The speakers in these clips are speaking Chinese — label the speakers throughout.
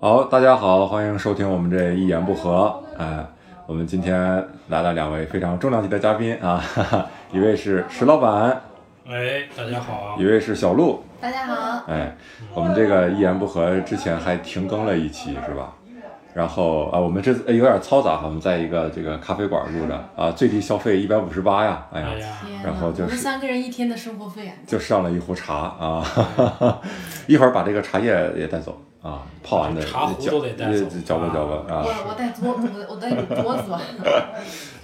Speaker 1: 好，大家好，欢迎收听我们这一言不合。哎，我们今天来了两位非常重量级的嘉宾啊， 哈哈，一位是石老板，
Speaker 2: 哎，大家好
Speaker 1: 一，位是小鹿。
Speaker 3: 大家好，
Speaker 1: 哎，我们这个一言不合之前还停更了一期是吧？然后啊，我们这次哎有点嘈杂哈，我们在一个这个咖啡馆录的啊，最低消费一百五十八呀，哎呀
Speaker 2: 哎，呀，
Speaker 3: 天
Speaker 1: 然后就是
Speaker 3: 我们三个人一天的生活费啊，
Speaker 1: 就上了一壶茶啊， 哈哈，一会儿把这个茶叶也带走啊，泡完的
Speaker 2: 茶壶
Speaker 1: 搅
Speaker 2: 都得带走
Speaker 1: 搅拌搅拌啊。
Speaker 3: 我我带桌，我我带桌 子吧，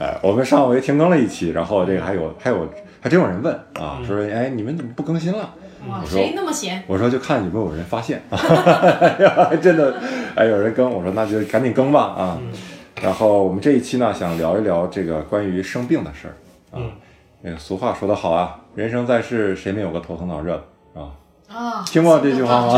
Speaker 1: 哎，我们上回停更了一期，然后这个还有还有还真有人问啊，
Speaker 2: 嗯
Speaker 1: 说哎你们怎么不更新了？
Speaker 3: 哇，
Speaker 1: 我说
Speaker 3: 谁那么闲？
Speaker 1: 我说就看有没有人发现， 哎呀，真的，哎有人更，我说那就赶紧更吧啊。
Speaker 2: 嗯
Speaker 1: 然后我们这一期呢，想聊一聊这个关于生病的事儿。
Speaker 2: 嗯，
Speaker 1: 那个俗话说得好啊，人生在世，谁没有个头疼脑热的啊？
Speaker 3: 啊，
Speaker 1: 听过这句话吗？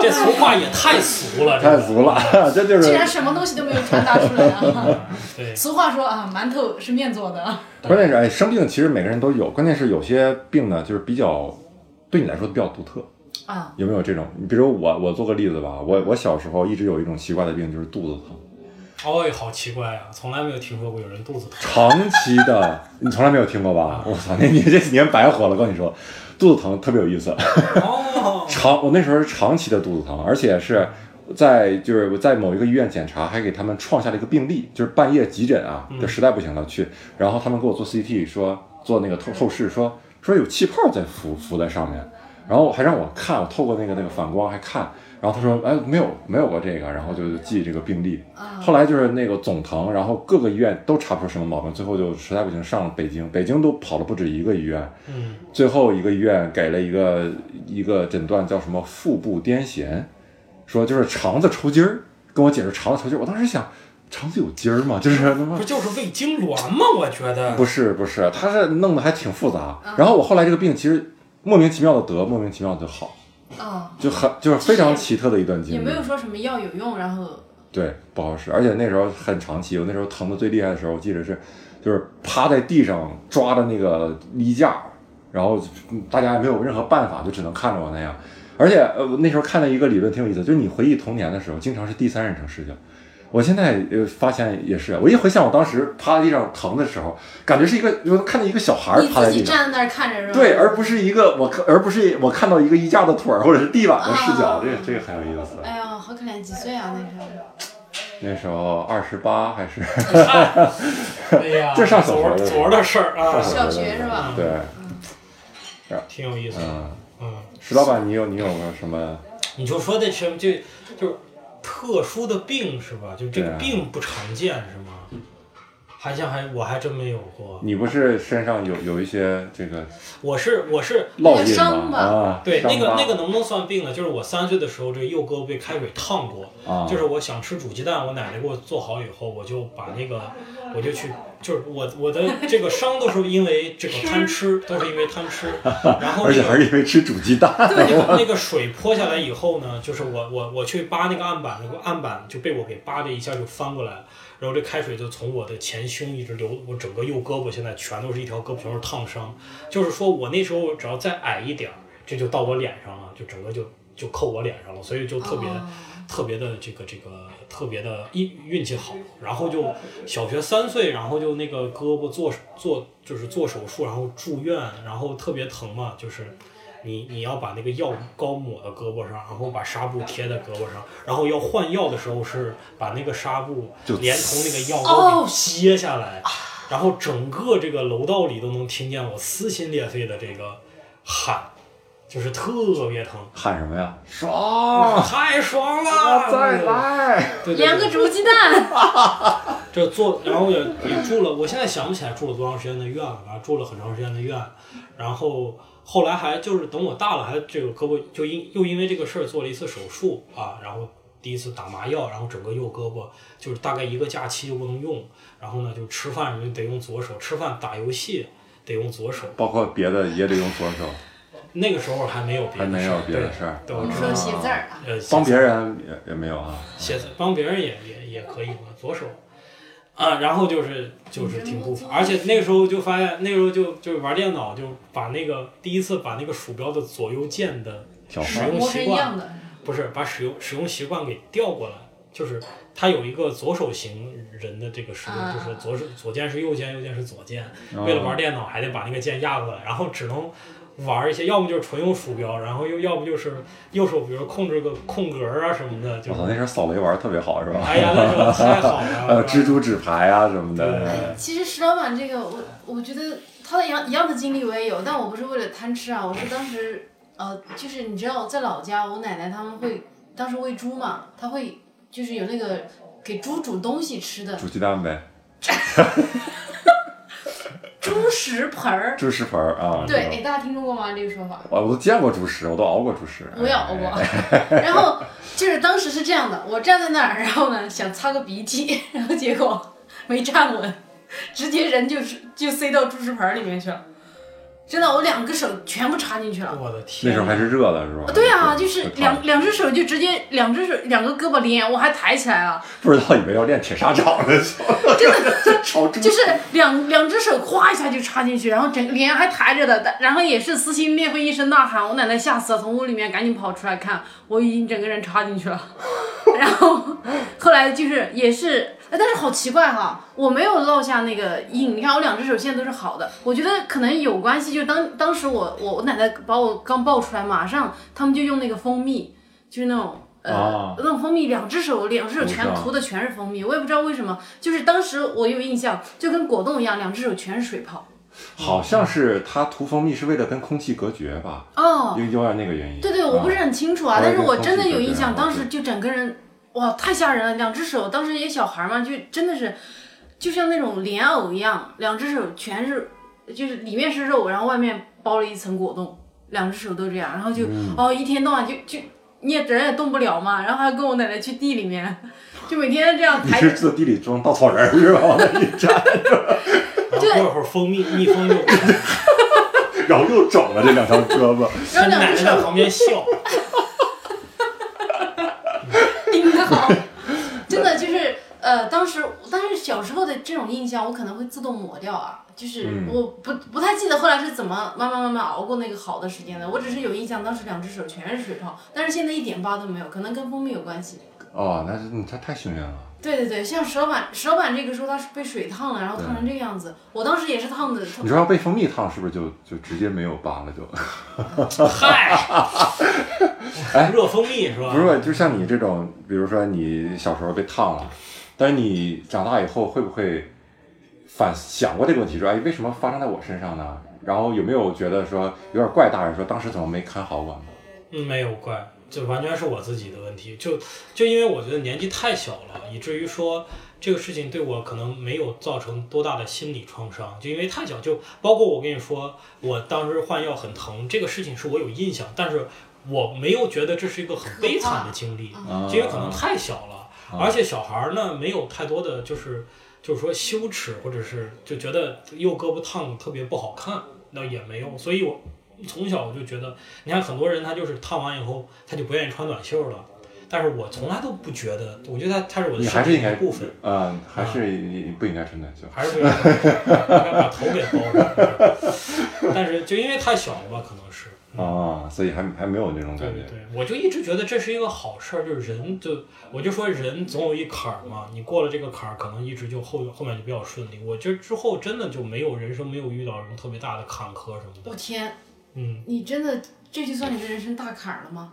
Speaker 2: 这俗话也太俗了，
Speaker 1: 太俗了， 这就
Speaker 3: 竟
Speaker 1: 是
Speaker 3: 然什么东西都没有传达出来啊！
Speaker 2: 这个。
Speaker 3: 俗话说啊，馒头是面做的啊，
Speaker 1: 关键是哎，生病其实每个人都有，关键是有些病呢，就是比较对你来说比较独特。
Speaker 3: 啊，
Speaker 1: 有没有这种？你比如我，我做个例子吧。我我小时候一直有一种奇怪的病，就是肚子疼，
Speaker 2: 对，哎，好奇怪啊，从来没有听说过有人肚子 疼。
Speaker 1: 长期的。你从来没有听过吧？我操，那你这几年白活了。我跟你说，肚子疼特别有意思。
Speaker 2: 哦，
Speaker 1: 长，我那时候是长期的肚子疼，而且是在就是我在某一个医院检查，还给他们创下了一个病例，就是半夜急诊啊，就实在不行了去，然后他们给我做 CT 说做那个透透视说说有气泡在浮浮在上面，然后还让我看，我透过那个那个反光还看。然后他说：“哎，没有，没有过这个。”然后就记这个病例。后来就是那个总疼，然后各个医院都查不出什么毛病，最后就实在不行上了北京，北京都跑了不止一个医院，
Speaker 2: 嗯，
Speaker 1: 最后一个医院给了一个一个诊断，叫什么腹部癫痫，说就是肠子抽筋儿，跟我解释肠子抽筋儿。我当时想，肠子有筋儿吗？就是 他妈
Speaker 2: 不就是胃痉挛吗？我觉得
Speaker 1: 不是不是，他是弄得还挺复杂。
Speaker 3: 嗯
Speaker 1: 然后我后来这个病其实莫名其妙的得，莫名其妙地就好，
Speaker 3: 啊，
Speaker 1: 就很就是非常奇特的一段经历。
Speaker 3: 也没有说什么药有用，然后
Speaker 1: 对，不好使，而且那时候很长期，我那时候疼的最厉害的时候，我记得是，就是趴在地上抓着那个衣架，然后嗯大家也没有任何办法，就只能看着我那样。而且呃，我那时候看到一个理论挺有意思，就是你回忆童年的时候，经常是第三人称视角。我现在呃发现也是，我一回想我当时趴在地上疼的时候，感觉是一个，就是看见一个小孩儿
Speaker 3: 你
Speaker 1: 趴在
Speaker 3: 自
Speaker 1: 地
Speaker 3: 己
Speaker 1: 上。
Speaker 3: 站在那儿看着是吧？
Speaker 1: 对，而不是一个我看，而不是我看到一个衣架的腿儿或者是地板的视角，
Speaker 3: 啊
Speaker 1: 这个这个很有意思。
Speaker 3: 哎呀，好可怜，几岁啊那时候？
Speaker 1: 那时候二十八还是
Speaker 2: 哎呀，
Speaker 1: 这上小
Speaker 2: 昨
Speaker 1: 学
Speaker 2: 儿
Speaker 1: 了
Speaker 2: 昨儿的事儿啊，
Speaker 3: 小学是吧
Speaker 1: 对，
Speaker 2: 挺有意思的。
Speaker 1: 嗯，
Speaker 2: 嗯，
Speaker 1: 石老板，你有你有没有什么？
Speaker 2: 你就说这什么就就是特殊的病是吧？就这
Speaker 1: 对
Speaker 2: 个
Speaker 1: 啊
Speaker 2: 病不常见是吗？还像还我还真没有过，
Speaker 1: 你不是身上有有一些这个
Speaker 2: 我是我是
Speaker 1: 烙印
Speaker 3: 伤
Speaker 1: 吗？
Speaker 3: 疤
Speaker 1: 啊，
Speaker 2: 对，那
Speaker 1: 伤
Speaker 2: 个
Speaker 1: 疤
Speaker 2: 那个能不能算病呢？就是我三岁的时候，这右胳膊被开水烫过，
Speaker 1: 啊，
Speaker 2: 就是我想吃煮鸡蛋，我奶奶给我做好以后，我就把那个，我就去，就是我我的这个伤都是因为这个贪吃，都是因为 贪吃，然后
Speaker 1: 而
Speaker 2: 那
Speaker 1: 且
Speaker 2: 个
Speaker 1: 还是因为吃煮鸡蛋，
Speaker 2: 那个 那个水泼下来以后呢，就是我我我去扒那个案板，那个案板就被我给扒着一下就翻过来了，然后这开水就从我的前胸一直流，我整个右胳膊现在全都是一条胳膊全是烫伤，就是说我那时候只要再矮一点儿，这就到我脸上了，就整个就就扣我脸上了，所以就特别、特别的这个这个特别的运运气好，然后就小学三岁，然后就那个胳膊做做就是做手术，然后住院，然后特别疼嘛，就是你你要把那个药膏抹到胳膊上，然后把纱布贴在胳膊上，然后要换药的时候是把那个纱布
Speaker 1: 就
Speaker 2: 连同那个药膏
Speaker 3: 哦
Speaker 2: 给揭下来，然后整个这个楼道里都能听见我撕心裂肺的这个喊，就是特别疼，
Speaker 1: 喊什么呀？ 爽，
Speaker 2: 太爽了！
Speaker 1: 啊再来，
Speaker 2: 对对对
Speaker 3: 两个煮鸡蛋，
Speaker 2: 这做，然后也也住了，我现在想不起来住了多长时间的院了，反正住了很长时间的院，然后后来还就是等我大了，还这个胳膊就因又因为这个事儿做了一次手术啊，然后第一次打麻药，然后整个右胳膊就是大概一个假期就不能用，然后呢就吃饭什么得用左手，吃饭打游戏得用左手，
Speaker 1: 包括别的也得用左手，
Speaker 2: 那个时候还没有别
Speaker 1: 还
Speaker 2: 的
Speaker 1: 没
Speaker 2: 事
Speaker 1: 有
Speaker 2: 儿，
Speaker 1: 别的事儿。
Speaker 2: 对，对我
Speaker 3: 你
Speaker 2: 知
Speaker 3: 说
Speaker 2: 道，
Speaker 3: 写字儿啊？
Speaker 2: 呃，
Speaker 1: 帮别人也也没有啊，
Speaker 2: 写字帮别人也也也可以嘛，左手啊，然后就是就是挺不服，而且那个时候就发现，那个时候就就玩电脑，就把那个第一次把那个鼠标的左右键的
Speaker 1: 调
Speaker 2: 使
Speaker 1: 换
Speaker 2: 用
Speaker 3: 磨成
Speaker 2: 习
Speaker 3: 一样
Speaker 2: 惯
Speaker 3: 的，
Speaker 2: 不是把使用使用习惯给调过来，就是他有一个左手型人的这个使用，
Speaker 3: 啊
Speaker 2: 就是左手左键是右键，右键是左键，
Speaker 1: 哦
Speaker 2: 为了玩电脑还得把那个键压过来，然后只能。玩一些，要么就是纯用鼠标，然后又要不就是右手，比如控制个空格啊什么的，就
Speaker 1: 我
Speaker 2: 是
Speaker 1: 操，那时候扫雷玩儿特别好，是吧？
Speaker 2: 哎呀，那时候太 好了。
Speaker 1: 还有蜘蛛纸牌啊什么的。
Speaker 2: 对
Speaker 3: 其实石老板这个，我我觉得他的一样一样的经历我也有，但我不是为了贪吃啊，我是当时呃，就是你知道在老家，我奶奶他们会当时喂猪嘛，他会就是有那个给猪煮东西吃的
Speaker 1: 煮鸡蛋呗，
Speaker 3: 猪食盆儿。
Speaker 1: 猪食盆儿啊，
Speaker 3: 对，
Speaker 1: 这
Speaker 3: 哎，
Speaker 1: 种，
Speaker 3: 大家听说过吗？这个说法？
Speaker 1: 我我都见过猪食，我都熬过猪食，
Speaker 3: 我也熬
Speaker 1: 哎
Speaker 3: 过，然后就是当时是这样的，我站在那儿，然后呢想擦个鼻涕，然后结果 没站稳，直接人就是就塞到猪食盆儿里面去了，真的，我两个手全部插进去了。
Speaker 2: 我的
Speaker 1: 那
Speaker 2: 天！
Speaker 1: 时候还是热的，是吧？
Speaker 3: 对啊，就是
Speaker 1: 烫
Speaker 3: 两两只手就直接两只手两个胳膊连，我还抬起来了，
Speaker 1: 不知道以为要练铁砂掌 呢，真的炒猪
Speaker 3: 就是两两只手咵一下就插进去，然后整个脸还抬着的，但然后也是撕心裂肺一声呐喊，我奶奶吓死了，从屋里面赶紧跑出来看，我已经整个人插进去 了，然后后来就是也是。哎但是好奇怪哈，我没有落下那个印，你看我两只手现在都是好的，我觉得可能有关系，就当当时我我我奶奶把我刚抱出来，马上他们就用那个蜂蜜，就是那种呃、
Speaker 1: 啊
Speaker 3: 那种蜂蜜，两只手两只手全
Speaker 1: 我知道
Speaker 3: 涂的全是蜂蜜，我也不知道为什么，就是当时我有印象，就跟果冻一样，两只手全是水泡。
Speaker 1: 好像是它涂蜂蜜是为了跟空气隔绝吧，
Speaker 3: 哦，
Speaker 1: 有有点那个原因。
Speaker 3: 对对，我不是
Speaker 1: 啊
Speaker 3: 很清楚
Speaker 1: 还
Speaker 3: 啊，
Speaker 1: 有
Speaker 3: 但是
Speaker 1: 跟
Speaker 3: 我
Speaker 1: 空
Speaker 3: 真的
Speaker 1: 气
Speaker 3: 有
Speaker 1: 隔
Speaker 3: 印
Speaker 1: 绝
Speaker 3: 象，
Speaker 1: 啊
Speaker 3: 当
Speaker 1: 对
Speaker 3: 时就整个人，哇，太吓人了，两只手，当时也小孩嘛，就真的是，就像那种莲藕一样，两只手全是，就是里面是肉，然后外面包了一层果冻，两只手都这样，然后就、
Speaker 1: 嗯
Speaker 3: 哦，一天到晚就就你也人也动不了嘛，然后还跟我奶奶去地里面，就每天这样
Speaker 1: 你
Speaker 3: 抬着
Speaker 1: 是坐地里装稻草人儿是吧？往那一站，
Speaker 2: 然后过一会儿蜂蜜蜜蜂就
Speaker 1: 然后又肿了这两条胳膊。
Speaker 3: 然
Speaker 2: 奶
Speaker 3: 后两
Speaker 2: 奶
Speaker 3: 只
Speaker 2: 在
Speaker 3: 手
Speaker 2: 旁边笑。
Speaker 3: 顶得好， 真的就是呃，当时但是小时候的这种印象，我可能会自动抹掉啊，就是
Speaker 1: 嗯
Speaker 3: 我不不太记得后来是怎么慢慢慢慢熬过那个好的时间的，我只是有印象，当时两只手全是水泡，但是现在一点疤都没有，可能跟蜂蜜有关系。
Speaker 1: 哦，那是你太太幸运了。
Speaker 3: 对对对，像石老 板，石老板这个时候他是被水烫了，然后烫成这个样子。我当时也是烫的，
Speaker 1: 你说要被蜂蜜烫，是不是就就直接没有疤了就？
Speaker 2: 嗨，热蜂蜜哎是吧？
Speaker 1: 不是吧，就像你这种，比如说你小时候被烫了，但是你长大以后会不会反想过这个问题说，哎，为什么发生在我身上呢？然后有没有觉得说有点怪大人说当时怎么没看好我呢？
Speaker 2: 嗯，没有怪，就完全是我自己的问题。就就因为我觉得年纪太小了，以至于说这个事情对我可能没有造成多大的心理创伤，就因为太小。就包括我跟你说，我当时换药很疼，这个事情是我有印象，但是我没有觉得这是一个很悲惨的经历，
Speaker 1: 啊
Speaker 2: 就因为可能太小了，而且小孩儿呢没有太多的就是就是说羞耻，或者是就觉得右胳膊烫特别不好看，那也没有，所以我从小我就觉得，你看很多人他就是烫完以后他就不愿意穿短袖了，但是我从来都不觉得，我觉得他他是我的
Speaker 1: 你还是
Speaker 2: 身体
Speaker 1: 应
Speaker 2: 的
Speaker 1: 该
Speaker 2: 一部分，
Speaker 1: 呃，还是不应该穿短袖。
Speaker 2: 还是不愿意穿短袖，应该把头给包上。 但是就因为太小了吧，可能是。
Speaker 1: 啊，所以还还没有那种
Speaker 2: 对
Speaker 1: 感
Speaker 2: 对
Speaker 1: 觉。
Speaker 2: 对，我就一直觉得这是一个好事儿，就是人就我就说人总有一坎儿嘛，你过了这个坎儿，可能一直就后后面就比较顺利。我觉得之后真的就没有人生没有遇到什么特别大的坎坷什么的。
Speaker 3: 我天，
Speaker 2: 嗯，
Speaker 3: 你真的这就算你的人生大坎儿了吗？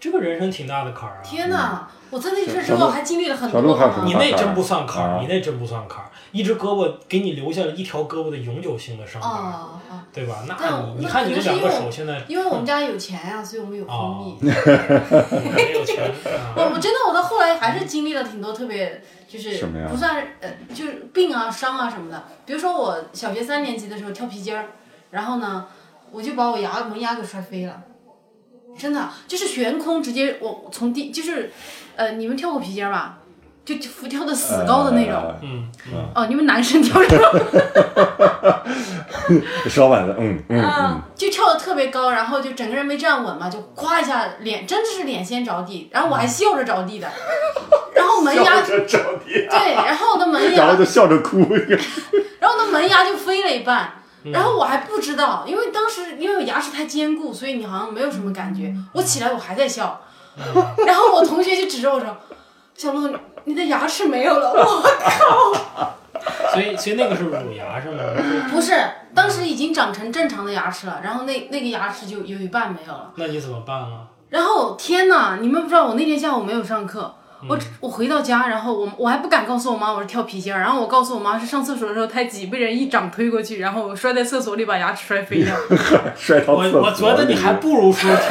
Speaker 2: 这个人生挺大的坎儿啊。
Speaker 3: 天哪，我在那事儿之
Speaker 1: 嗯小
Speaker 3: 后
Speaker 1: 鹿
Speaker 3: 还经历了很
Speaker 1: 小
Speaker 3: 多
Speaker 1: 鹿还有
Speaker 3: 呢
Speaker 1: 什么
Speaker 2: 你那真不算坎儿，
Speaker 1: 啊
Speaker 2: 你那真不算坎儿，一只胳膊给你留下了一条胳膊的永久性的伤疤，
Speaker 3: 哦哦。
Speaker 2: 对吧？那
Speaker 3: 但
Speaker 2: 嗯你你
Speaker 3: 那
Speaker 2: 看
Speaker 3: 可
Speaker 2: 你
Speaker 3: 能
Speaker 2: 这
Speaker 3: 是
Speaker 2: 两个
Speaker 3: 因为
Speaker 2: 手现在嗯哦
Speaker 3: 因为我们家有钱呀、所以我们有蜂蜜。
Speaker 2: 没有 钱，
Speaker 3: 我
Speaker 2: 啊
Speaker 3: 我真的我到后来还是经历了挺多特别就是
Speaker 1: 什么呀
Speaker 3: 不算是呃就是病啊伤啊什么的。比如说我小学三年级的时候跳皮筋儿，然后呢我就把我牙门牙给摔飞了，真的就是悬空直接我从地就是呃你们跳过皮筋儿吧？就就浮跳的死高的那种。
Speaker 1: 呃
Speaker 2: 嗯，
Speaker 3: 哦，你们男生跳这种
Speaker 1: 石老板的，嗯嗯嗯，
Speaker 3: 啊，就跳的特别高，然后就整个人没站稳嘛，就咵一下脸，真的是脸先着地，然后我还笑着着地的，然后门牙
Speaker 1: 嗯笑着找你，
Speaker 3: 对，然后我的门牙
Speaker 1: 然后就笑着哭。
Speaker 3: 然后我的门牙就飞了一半，
Speaker 1: 嗯
Speaker 3: 然后我还不知
Speaker 1: 嗯
Speaker 3: 道，因为当时因为我牙齿太坚固，所以你好像没有什么感觉。我起来我还在笑， 然后我同学就指着我说：“小鹿，你的牙齿没有了。” 我
Speaker 2: 所以所以那个是乳牙是吗？
Speaker 3: 不是，当时已经长成正常的牙齿了，然后那那个牙齿就有一半没有了。
Speaker 2: 那你怎么办啊？
Speaker 3: 然后天呐，你们不知道我那天下午没有上课，我我回到家，然后我我还不敢告诉我妈我是跳皮筋儿，然后我告诉我妈是上厕所的时候太挤，被人一掌推过去，然后我摔在厕所里把牙齿摔飞了。
Speaker 1: 摔到
Speaker 2: 我
Speaker 1: 厕所。
Speaker 2: 我觉得你还不如说跳。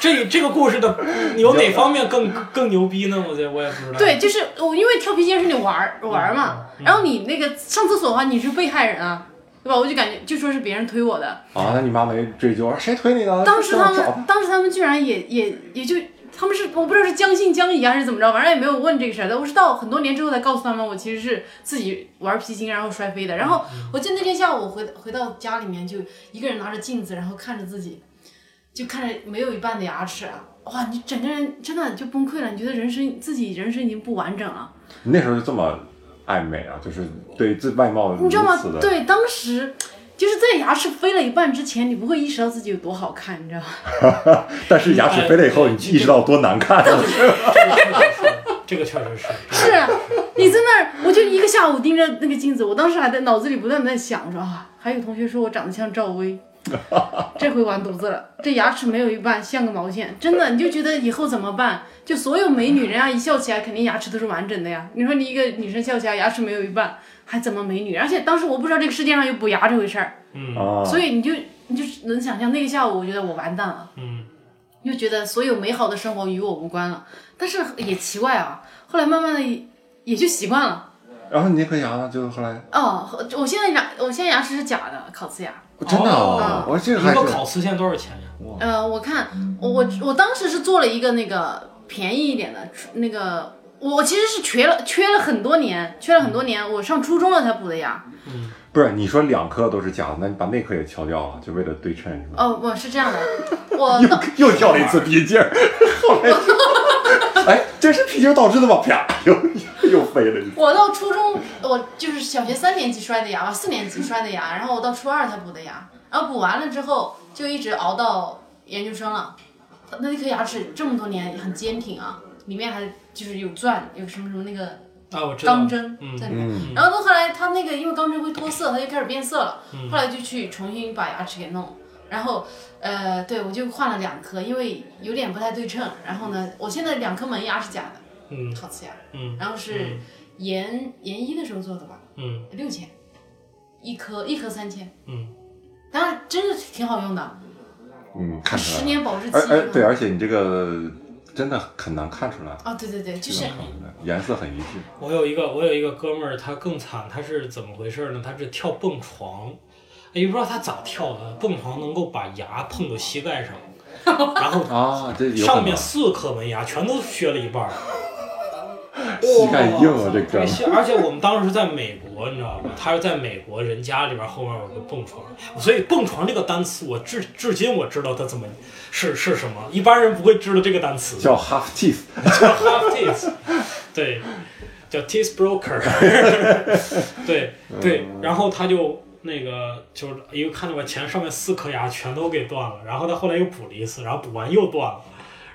Speaker 2: 这这个 故事的有哪方面更更牛逼呢？我这我也不知道。
Speaker 3: 对，就是我因为跳皮筋是你玩儿玩儿嘛，然后你那个上厕所的话你是被害人啊，对吧？我就感觉就说是别人推我的，
Speaker 1: 啊，那你妈没追究，谁推你的？
Speaker 3: 当时他
Speaker 1: 这么找
Speaker 3: 们，当时他们居然也也也就，他们是我不知道是将信将疑还是怎么着，反正也没有问这个事儿。但我是到很多年之后才告诉他们，我其实是自己玩皮筋然后摔飞的。然后我记得那天下午我回回到家里面，就一个人拿着镜子，然后看着自己，就看着没有一半的牙齿啊。哇，你整个人真的就崩溃了，你觉得人生自己人生已经不完整了，
Speaker 1: 你那时候就这么爱美啊，就是对这外貌如
Speaker 3: 你知道吗
Speaker 1: 此？的
Speaker 3: 对，当时就是在牙齿飞了一半之前，你不会意识到自己有多好看，你知道吗？
Speaker 1: 但是牙齿飞了以后，你意识到多难看。
Speaker 2: 这个确实是。
Speaker 3: 是啊你在那儿，我就一个下午盯着那个镜子，我当时还在脑子里不断的在想，我说啊，还有同学说我长得像赵薇，这回完犊子了，这牙齿没有一半，像个毛线，真的，你就觉得以后怎么办？就所有美女，人家一笑起来肯定牙齿都是完整的呀。你说你一个女生笑起来牙齿没有一半，还怎么美女？而且当时我不知道这个世界上有补牙这回事儿，
Speaker 2: 嗯
Speaker 1: 啊，
Speaker 3: 所以你就你就能想象那个下午，我觉得我完蛋了。
Speaker 2: 嗯，
Speaker 3: 就觉得所有美好的生活与我无关了。但是也奇怪啊，后来慢慢的也就习惯了。
Speaker 1: 然后你那颗牙呢？就后来
Speaker 3: 哦，我现在牙，我现在牙齿是假的，烤瓷牙。
Speaker 1: 我真的啊，
Speaker 2: 哦
Speaker 1: 我这个还
Speaker 2: 一
Speaker 1: 是
Speaker 2: 个烤瓷现在多少钱呀？
Speaker 3: 呃，我看我我我当时是做了一个那个便宜一点的，那个我我其实是缺了缺了很多年，缺了很多年，我上初中了才补的牙。
Speaker 1: 不是你说两颗都是假的，那你把那颗也敲掉了，就为了对称 是吧？
Speaker 3: 哦，我是这样的，我
Speaker 1: 又又掉了一次皮筋儿， 后来， 哎，这是皮筋儿导致的吧？啪，又 又飞了一次。
Speaker 3: 我到初中，我就是小学三年级摔的牙，吧，四年级摔的牙，然后我到初二才补的牙，然后补完了之后就一直熬到研究生了。那那颗牙齿这么多年很坚挺啊，里面还就是有钻，有什么什么那个
Speaker 2: 啊，我知道。
Speaker 3: 钢针
Speaker 2: 嗯
Speaker 3: 在里面。然后到后来它那个因为钢针会脱色，它就开始变色了。
Speaker 2: 嗯
Speaker 3: 后来就去重新把牙齿给弄了。然后，呃，对我就换了两颗，因为有点不太对称。然后呢，我现在两颗门牙是假的，
Speaker 2: 嗯
Speaker 3: 烤瓷牙。
Speaker 2: 嗯
Speaker 3: 然后是研研一的时候做的吧，
Speaker 2: 嗯
Speaker 3: 六千，一颗一颗三千，
Speaker 2: 嗯，
Speaker 3: 当然真的挺好用的，
Speaker 1: 嗯，看出来
Speaker 3: 十
Speaker 1: 了。
Speaker 3: 年保质期
Speaker 1: 而
Speaker 3: 是吧。
Speaker 1: 而对，而且你这个真的很难看出来，
Speaker 3: 哦，对对对，就
Speaker 1: 真
Speaker 3: 是
Speaker 1: 的看出来，颜色很一致。
Speaker 2: 我有一个我有一个哥们儿，他更惨，他是怎么回事呢？他是跳蹦床，哎也不知道他咋跳的，蹦床能够把牙碰到膝盖上，然后
Speaker 1: 啊，这 有可
Speaker 2: 上面
Speaker 1: 能
Speaker 2: 四颗门牙全都削了一半儿，
Speaker 1: 膝盖硬啊
Speaker 2: 哇，
Speaker 1: 这哥们儿。
Speaker 2: 是而且我们当时在美国，你知道吗？他是在美国人家里边后面有个蹦床，所以蹦床这个单词，我至至今我知道它怎么是是什么，一般人不会知道这个单词。
Speaker 1: 叫 half teeth，
Speaker 2: 叫 half teeth，对，叫 teeth broker，对对，然后他就那个就是一个看到我前上面四颗牙全都给断了，然后他后来又补了一次，然后补完又断了。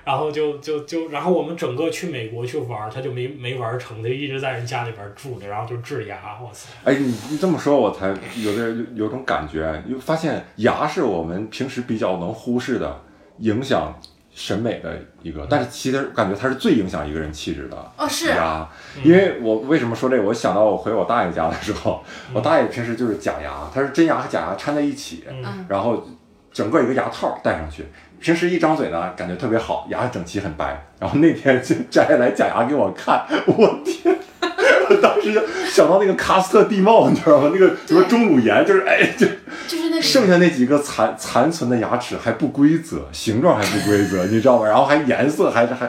Speaker 2: 然后就就就，然后我们整个去美国去玩儿，他就没没玩儿成，他就一直在人家里边儿住着，然后就治牙，我操！
Speaker 1: 哎，你你这么说，我才有点有种感觉，又发现牙是我们平时比较能忽视的，影响审美的一个，但是其实感觉它是最影响一个人气质的。
Speaker 3: 哦是
Speaker 1: 牙，啊因为我为什么说这个？我想到我回我大爷家的时候，我大爷平时就是假牙，他是真牙和假牙掺在一起，
Speaker 3: 嗯
Speaker 1: 然后整个一个牙套戴上去。平时一张嘴呢，感觉特别好，牙整齐很白。然后那天就摘下来假牙给我看，我天！ 我当时就想到那个喀斯特地貌，你知道吗？那个什么钟乳岩，就是哎，就
Speaker 3: 就是那个
Speaker 1: 剩下那几个残残存的牙齿还不规则，形状还不规则，你知道吗？然后还颜色还还，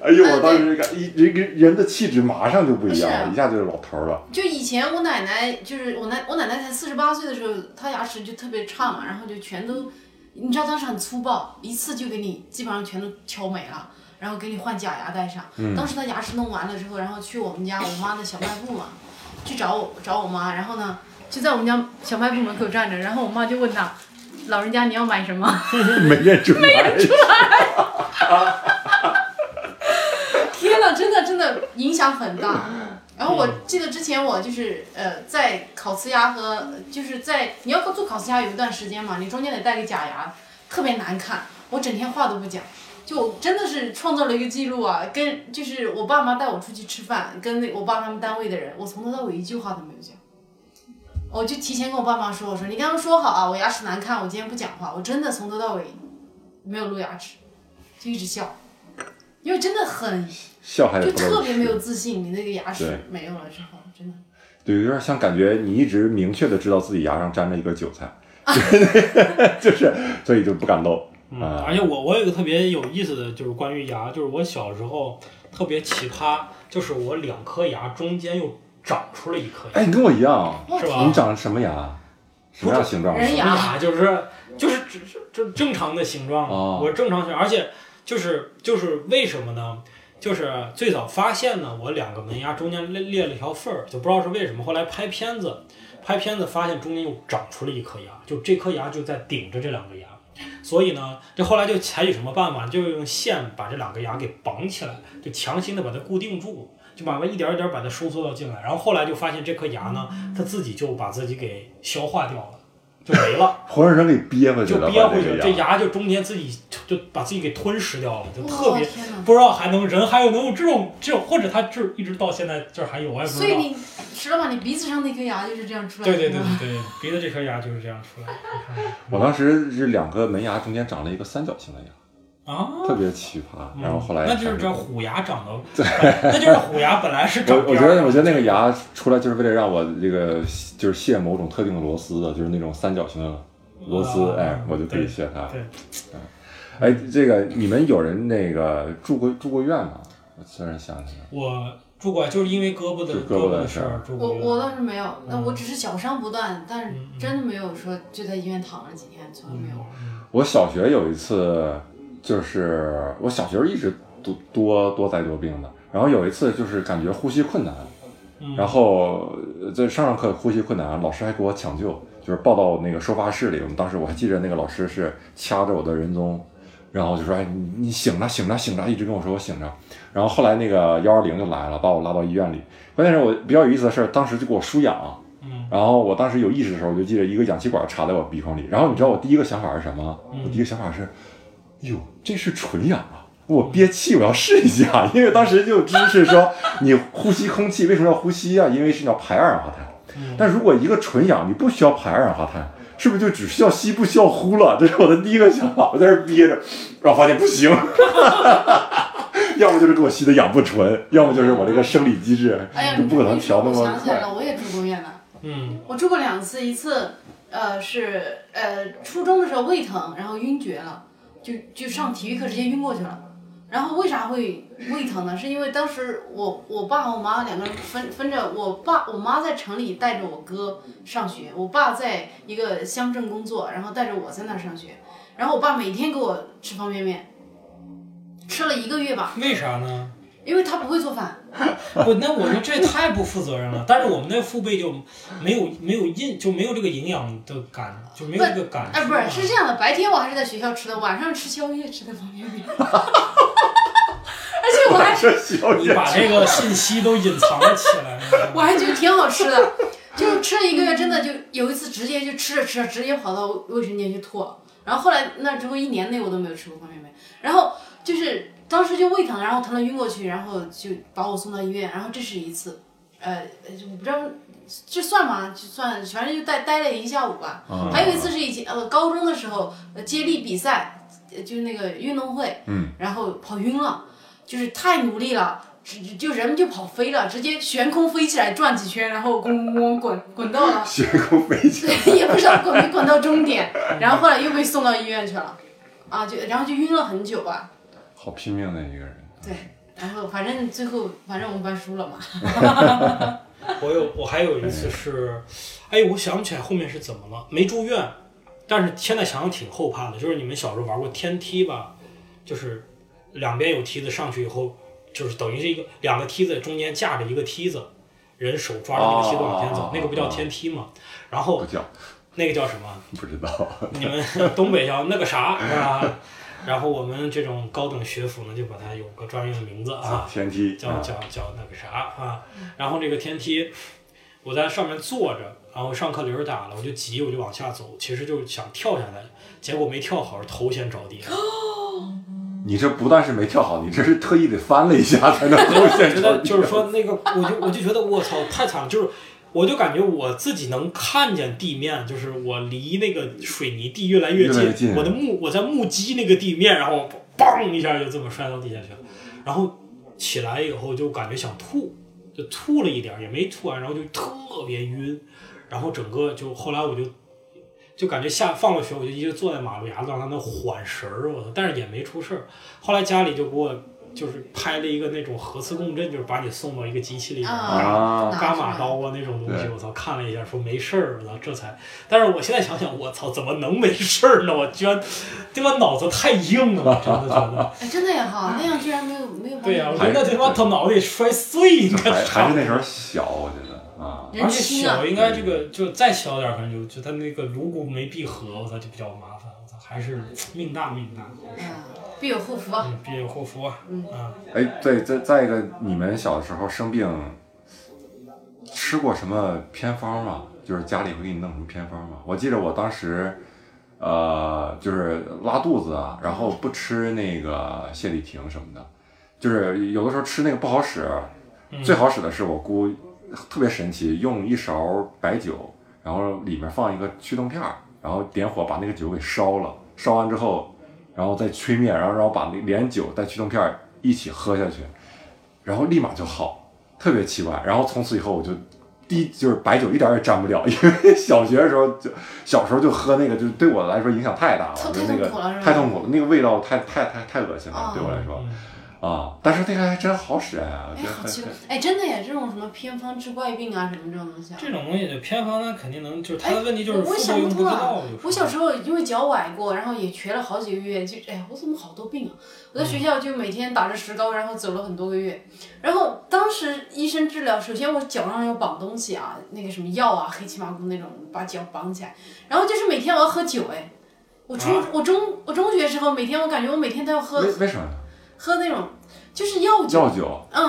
Speaker 1: 哎呦，
Speaker 3: 啊
Speaker 1: 我当时感一人跟人的气质马上就不一样
Speaker 3: 是
Speaker 1: 了，
Speaker 3: 啊
Speaker 1: 一下就是老头儿了。
Speaker 3: 就以前我奶奶，就是我奶我奶奶才四十八岁的时候，她牙齿就特别差嘛，然后就全都，你知道当时很粗暴，一次就给你基本上全都敲没了，然后给你换假牙戴上。当时她牙齿弄完了之后，然后去我们家我妈的小卖部嘛，去找我找我妈，然后呢就在我们家小卖部门口站着，然后我妈就问她，老人家你要买什么？
Speaker 1: 没认出来。
Speaker 3: 的真的真的影响很大。然后我记得之前我就是呃，在烤瓷牙和呃就是在你要做烤瓷牙有一段时间嘛，你中间得戴个假牙，特别难看。我整天话都不讲，就我真的是创造了一个记录啊！跟就是我爸妈带我出去吃饭，跟那我爸他们单位的人，我从头到尾一句话都没有讲。我就提前跟我爸妈说，我说你跟他们说好啊，我牙齿难看，我今天不讲话。我真的从头到尾没有露牙齿，就一直笑，因为真的很
Speaker 1: 笑还
Speaker 3: 就
Speaker 1: 得不
Speaker 3: 特
Speaker 1: 露
Speaker 3: 别没有
Speaker 1: 齿，
Speaker 3: 自信，你那个牙齿
Speaker 1: 对
Speaker 3: 没有了之后，真的。
Speaker 1: 对，有点像感觉你一直明确的知道自己牙上粘着一根韭菜，
Speaker 3: 啊
Speaker 1: 就是所以就不敢露
Speaker 2: 嗯，
Speaker 1: 啊
Speaker 2: 而且我我有一个特别有意思的就是关于牙，就是我小时候特别奇葩，就是我两颗牙中间又长出了一颗牙，
Speaker 1: 哎，你跟我一样，
Speaker 3: 我
Speaker 2: 是
Speaker 3: 天
Speaker 2: 吧
Speaker 1: 你长什么牙？什么样形状？
Speaker 3: 人
Speaker 2: 什
Speaker 3: 牙
Speaker 2: 么牙就是就是只是正正常的形状，
Speaker 1: 哦
Speaker 2: 我正常形，而且就是就是为什么呢？就是最早发现呢，我两个门牙中间裂裂了一条缝儿，就不知道是为什么。后来拍片子，拍片子发现中间又长出了一颗牙，就这颗牙就在顶着这两个牙。所以呢，这后来就采取什么办法？就用线把这两个牙给绑起来，就强行的把它固定住，就慢慢一点一点把它收缩到进来。然后后来就发现这颗牙呢，它自己就把自己给消化掉了，就没了，
Speaker 1: 活生生给憋回去
Speaker 2: 就
Speaker 1: 了，
Speaker 2: 憋
Speaker 1: 把
Speaker 2: 回去
Speaker 1: 这
Speaker 2: 了。
Speaker 1: 个
Speaker 2: 这
Speaker 1: 牙。
Speaker 2: 牙就中间自己就就把自己给吞噬掉了，就特
Speaker 3: 哇
Speaker 2: 别
Speaker 3: 天哪！
Speaker 2: 不知道还能人还有能有这种这种，或者它就是一直到现在这儿还有，我也不
Speaker 3: 所
Speaker 2: 知
Speaker 3: 以
Speaker 2: 道。
Speaker 3: 你石老板，你鼻子上那颗牙就是这样出来
Speaker 2: 对
Speaker 3: 的。
Speaker 2: 对对
Speaker 3: 是吗
Speaker 2: 对对，鼻子这颗牙就是这样出来的。你看
Speaker 1: 我当时是两个门牙中间长了一个三角形的牙，
Speaker 2: 啊，
Speaker 1: 特别奇葩。
Speaker 2: 嗯
Speaker 1: 然后后来
Speaker 2: 那
Speaker 1: 才
Speaker 2: 就是
Speaker 1: 是，
Speaker 2: 这虎牙长到，那就是虎牙本来是
Speaker 1: 我
Speaker 2: 长
Speaker 1: 我
Speaker 2: 边
Speaker 1: 觉
Speaker 2: 儿
Speaker 1: 得我觉得那个牙出来就是为了让我这个就是卸某种特定的螺丝的，就是那种三角形的螺丝，
Speaker 2: 啊
Speaker 1: 哎，我就可以
Speaker 2: 对
Speaker 1: 卸它。
Speaker 2: 对
Speaker 1: 嗯，哎，这个你们有人那个住过住过院吗？我突然想起来，
Speaker 2: 我住过，就是因为胳膊的
Speaker 1: 就胳
Speaker 2: 胳
Speaker 1: 膊的
Speaker 2: 的
Speaker 1: 事
Speaker 2: 事
Speaker 1: 儿
Speaker 2: 儿住过
Speaker 3: 我
Speaker 2: 院。
Speaker 3: 我倒是没有，那
Speaker 2: 嗯
Speaker 3: 我只是小伤不断，但是
Speaker 2: 嗯嗯
Speaker 3: 真的没有说就在医院躺了几天，从来没有。
Speaker 2: 嗯
Speaker 1: 我小学有一次，就是我小学一直多多多灾多病的，然后有一次就是感觉呼吸困难，
Speaker 2: 嗯
Speaker 1: 然后呃在上上课呼吸困难，老师还给我抢救，就是抱到那个收发室里。我们当时我还记得那个老师是掐着我的人中，然后就说：“哎，你你醒着醒着醒着！”一直跟我说我醒着。然后后来那个幺二零就来了，把我拉到医院里。关键是我比较有意思的是，当时就给我输氧，
Speaker 2: 嗯
Speaker 1: 然后我当时有意识的时候，我就记得一个氧气管插在我鼻孔里。然后你知道我第一个想法是什么吗？
Speaker 2: 嗯
Speaker 1: 我第一个想法是，哟，这是纯氧啊！我憋气，我要试一下，因为当时就有知识说，你呼吸空气为什么要呼吸啊？因为是你要排二氧化碳。
Speaker 2: 嗯
Speaker 1: 但如果一个纯氧，你不需要排二氧化碳，是不是就只需要吸不需要呼了？这是我的第一个想法，我在这儿憋着，然后发现不行， 要么就是给我吸的氧不纯，要么就是我这个生理机制
Speaker 3: 哎呀，
Speaker 1: 就
Speaker 3: 你
Speaker 1: 不可能
Speaker 3: 你
Speaker 1: 调那
Speaker 3: 我
Speaker 1: 么
Speaker 3: 想起来
Speaker 1: 快。
Speaker 3: 了，我也住过院了。
Speaker 2: 嗯
Speaker 3: 我住过两次，一次呃是呃初中的时候胃疼，然后晕厥了，就就上体育课直接晕过去了。然后为啥会胃疼呢？是因为当时我我爸和我妈两个人分分着，我爸我妈在城里带着我哥上学，我爸在一个乡镇工作，然后带着我在那儿上学。然后我爸每天给我吃方便面，吃了一个月吧，
Speaker 2: 为啥呢？
Speaker 3: 因为他不会做饭。
Speaker 2: 不，那我说这也太不负责任了。但是我们那父辈就没有没有印，就没有这个营养的感，就没有这个感
Speaker 3: 哎，
Speaker 2: 知
Speaker 3: 不是，
Speaker 2: 嘛
Speaker 3: 是这样的，白天我还是在学校吃的，晚上吃宵夜吃的方便面， 而且我还
Speaker 1: 这小
Speaker 2: 啊你把这个信息都隐藏了起来。
Speaker 3: 我还觉得挺好吃的，就是吃了一个月，真的就有一次直接就吃着吃着直接跑到卫生间去吐了，然后后来那之后一年内我都没有吃过方便面，然后就是当时就胃疼，然后疼了晕过去，然后就把我送到医院，然后这是一次，呃，我不知道这算吗？就算，反正就待待了一下午吧。
Speaker 1: 啊
Speaker 3: 还有一次是以前呃高中的时候，呃接力比赛，呃就是那个运动会，
Speaker 1: 嗯，，
Speaker 3: 然后跑晕了，就是太努力了。直就人就跑飞了，直接悬空飞起来转几圈，然后咣咣咣滚滚到了
Speaker 1: 悬空飞起来。
Speaker 3: 也不知道滚没滚到终点，然后后来又被送到医院去了，啊，就然后就晕了很久吧，
Speaker 1: 好拼命的一个人。
Speaker 3: 对，然后反正最后反正我们班输了嘛，
Speaker 2: 我有，我还有一次是，哎，我想不起来后面是怎么了，没住院，但是现在想想挺后怕的。就是你们小时候玩过天梯吧，就是两边有梯子，上去以后就是等于是一个两个梯子中间架着一个梯子，人手抓着那个梯子往前走，
Speaker 1: 哦
Speaker 2: 那个不叫天梯嘛。然
Speaker 1: 我
Speaker 2: 后
Speaker 1: 叫
Speaker 2: 那个叫什么？
Speaker 1: 不知道，
Speaker 2: 你们东北叫那个啥是吧？然后我们这种高等学府呢，就把它有个专业的名字啊，
Speaker 1: 天梯
Speaker 2: 叫叫叫那个啥啊。然后这个天梯，我在上面坐着，然后上课铃儿打了，我就急，我就往下走，其实就是想跳下来，结果没跳好，头先着地了。
Speaker 1: 你这不但是没跳好，你这是特意得翻了一下才能够
Speaker 2: 我
Speaker 1: 现
Speaker 2: 觉
Speaker 1: 场
Speaker 2: 得就是说那个，我就我就觉得我操太惨了，就是我就感觉我自己能看见地面，就是我离那个水泥地越来越近，
Speaker 1: 越来越近
Speaker 2: 我的目我在目击那个地面，然后嘣一下就这么摔到地下去了，然后起来以后就感觉想吐，就吐了一点儿也没吐完，然后就特别晕，然后整个就后来我就。就感觉下放了学，我就一直坐在马路牙子上，让它缓神儿，我操！但是也没出事儿。后来家里就给我就是拍了一个那种核磁共振，就是把你送到一个机器里面，
Speaker 4: 啊
Speaker 1: 啊，
Speaker 2: 伽马刀啊那种东西，
Speaker 1: 对
Speaker 2: 我操，看了一下，说没事儿，我操，这才。但是我现在想想，我操，怎么能没事儿呢？我居然，对吧？脑子太硬了，我真的觉得。
Speaker 4: 哎，真的呀哈，那样居然没有没有把
Speaker 2: 对啊呀、
Speaker 4: 你
Speaker 2: 我觉得那他妈头脑得摔碎，你看
Speaker 1: 还还是那时候小，我觉得啊，
Speaker 4: 人
Speaker 2: 而且
Speaker 4: 轻啊
Speaker 2: 小，应该这个就再小点，儿，可能就就他那个颅骨没闭合，我操就比较麻烦，我操还是命大命大，
Speaker 4: 嗯，必有后福啊。
Speaker 2: 嗯，必有后福啊，嗯啊，
Speaker 1: 哎，对，再再一个，你们小的时候生病吃过什么偏方吗？就是家里会给你弄什么偏方吗？我记得我当时，呃，就是拉肚子啊，然后不吃那个泻立停什么的，就是有的时候吃那个不好使，最好使的是我姑特别神奇，用一勺白酒，然后里面放一个驱动片儿，然后点火把那个酒给烧了，烧完之后，然后再吹灭，然后然后把那连酒带驱动片儿一起喝下去，然后立马就好，特别奇怪。然后从此以后我就滴就是白酒一点儿也沾不 了，因为小学的时候就小时候就喝那个，就对我来说影响太大了，
Speaker 4: 太
Speaker 1: 我觉得那
Speaker 4: 太痛苦了是
Speaker 1: 个
Speaker 4: 吧
Speaker 1: 太痛苦了，那个味道太太太太恶心了
Speaker 4: 哦，
Speaker 1: 对我来说。
Speaker 2: 嗯
Speaker 1: 啊，但是那个还真好使哎，我觉
Speaker 4: 哎，
Speaker 1: 得
Speaker 4: 好
Speaker 1: 还
Speaker 4: 奇怪
Speaker 1: 真，
Speaker 4: 哎，真的呀，这种什么偏方治怪病啊，什么这种东西啊。
Speaker 2: 这种东西的偏方呢，肯定能，就是它
Speaker 4: 哎
Speaker 2: 的问题就是
Speaker 4: 我
Speaker 2: 副作
Speaker 4: 想
Speaker 2: 用
Speaker 4: 不
Speaker 2: 不知
Speaker 4: 通
Speaker 2: 道
Speaker 4: 啊。！
Speaker 2: 就
Speaker 4: 我
Speaker 2: 是
Speaker 4: 小时候因为脚崴过，然后也瘸了好几个月，就哎，我怎么好多病啊？我在学校就每天打着石膏，然后走了很多个月。然后当时医生治疗，首先我脚上要绑东西啊，那个什么药啊，黑漆麻布那种，把脚绑起来。然后就是每天我要喝酒，哎，我中、
Speaker 2: 啊
Speaker 4: 我中我中学时候每天我感觉我每天都要喝
Speaker 1: 为为什么呢？
Speaker 4: 喝那种就是药酒，
Speaker 1: 药酒
Speaker 4: 嗯，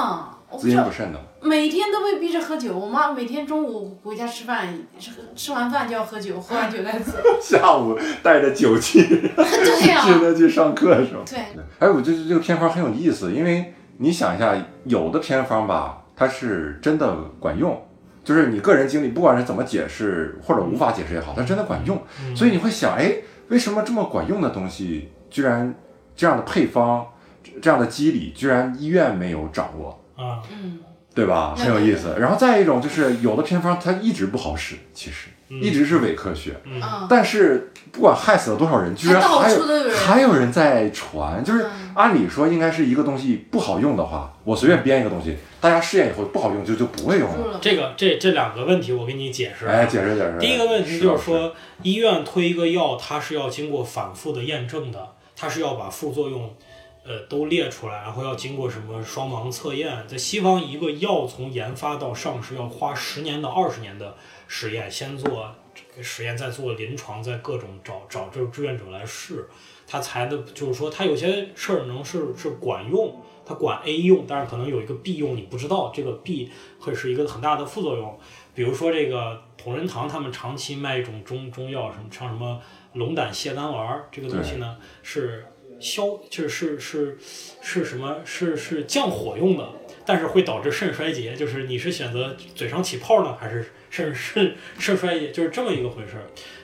Speaker 4: 我不
Speaker 1: 滋
Speaker 4: 知
Speaker 1: 阴
Speaker 4: 道
Speaker 1: 补肾的 嘛，
Speaker 4: 每天都被逼着喝酒，我妈每天中午回家吃饭，吃吃完饭就要喝酒，喝完酒再走。
Speaker 1: 下午带着酒气，
Speaker 4: 对啊呀、
Speaker 1: 现 在去上课是吧？
Speaker 4: 对，
Speaker 1: 对哎，我觉得这个偏方很有意思，因为你想一下，有的偏方吧，它是真的管用，就是你个人经历，不管是怎么解释或者无法解释也好，它真的管用，
Speaker 4: 嗯
Speaker 2: 嗯
Speaker 1: 所以你会想，哎，为什么这么管用的东西，居然这样的配方，这这样的机理，居然医院没有掌握？
Speaker 2: 啊，
Speaker 4: 嗯，
Speaker 1: 对吧？
Speaker 4: 那
Speaker 1: 很有意思。然后再一种就是有的偏方它一直不好使，其实一直是伪科学。
Speaker 2: 嗯
Speaker 4: 嗯，
Speaker 1: 但是不管害死了多少人，居然
Speaker 4: 还到
Speaker 1: 还
Speaker 4: 处都有
Speaker 1: 有
Speaker 4: 人
Speaker 1: 还有人在传，就是
Speaker 4: 嗯
Speaker 1: 按理说应该是一个东西不好用的话，我随便编一个东西，大家试验以后不好用就就不会用
Speaker 4: 住
Speaker 1: 了。
Speaker 4: 了。
Speaker 2: 这个这这两个问题我给你解
Speaker 4: 嗯
Speaker 2: 释啊。
Speaker 1: 哎，解释解释。
Speaker 2: 第一个问题
Speaker 1: 到
Speaker 2: 就是说，医院推一个药，它是要经过反复的验证的，它是要把副作用，呃，都列出来，然后要经过什么双盲测验。在西方，一个药从研发到上市要花十年到二十年的实验，先做这个实验，再做临床，再各种找找这个志愿者来试，它才能就是说，它有些事儿能是是管用。它管 A 用，但是可能有一个 B 用，你不知道这个 B 会是一个很大的副作用，比如说这个同仁堂，他们长期卖一种中中药，什么像什么龙胆泻丹丸儿，这个东西呢是消，就是是是是什么？是是降火用的，但是会导致肾衰竭。就是你是选择嘴上起泡呢，还是肾肾肾衰竭？就是这么一个回事儿。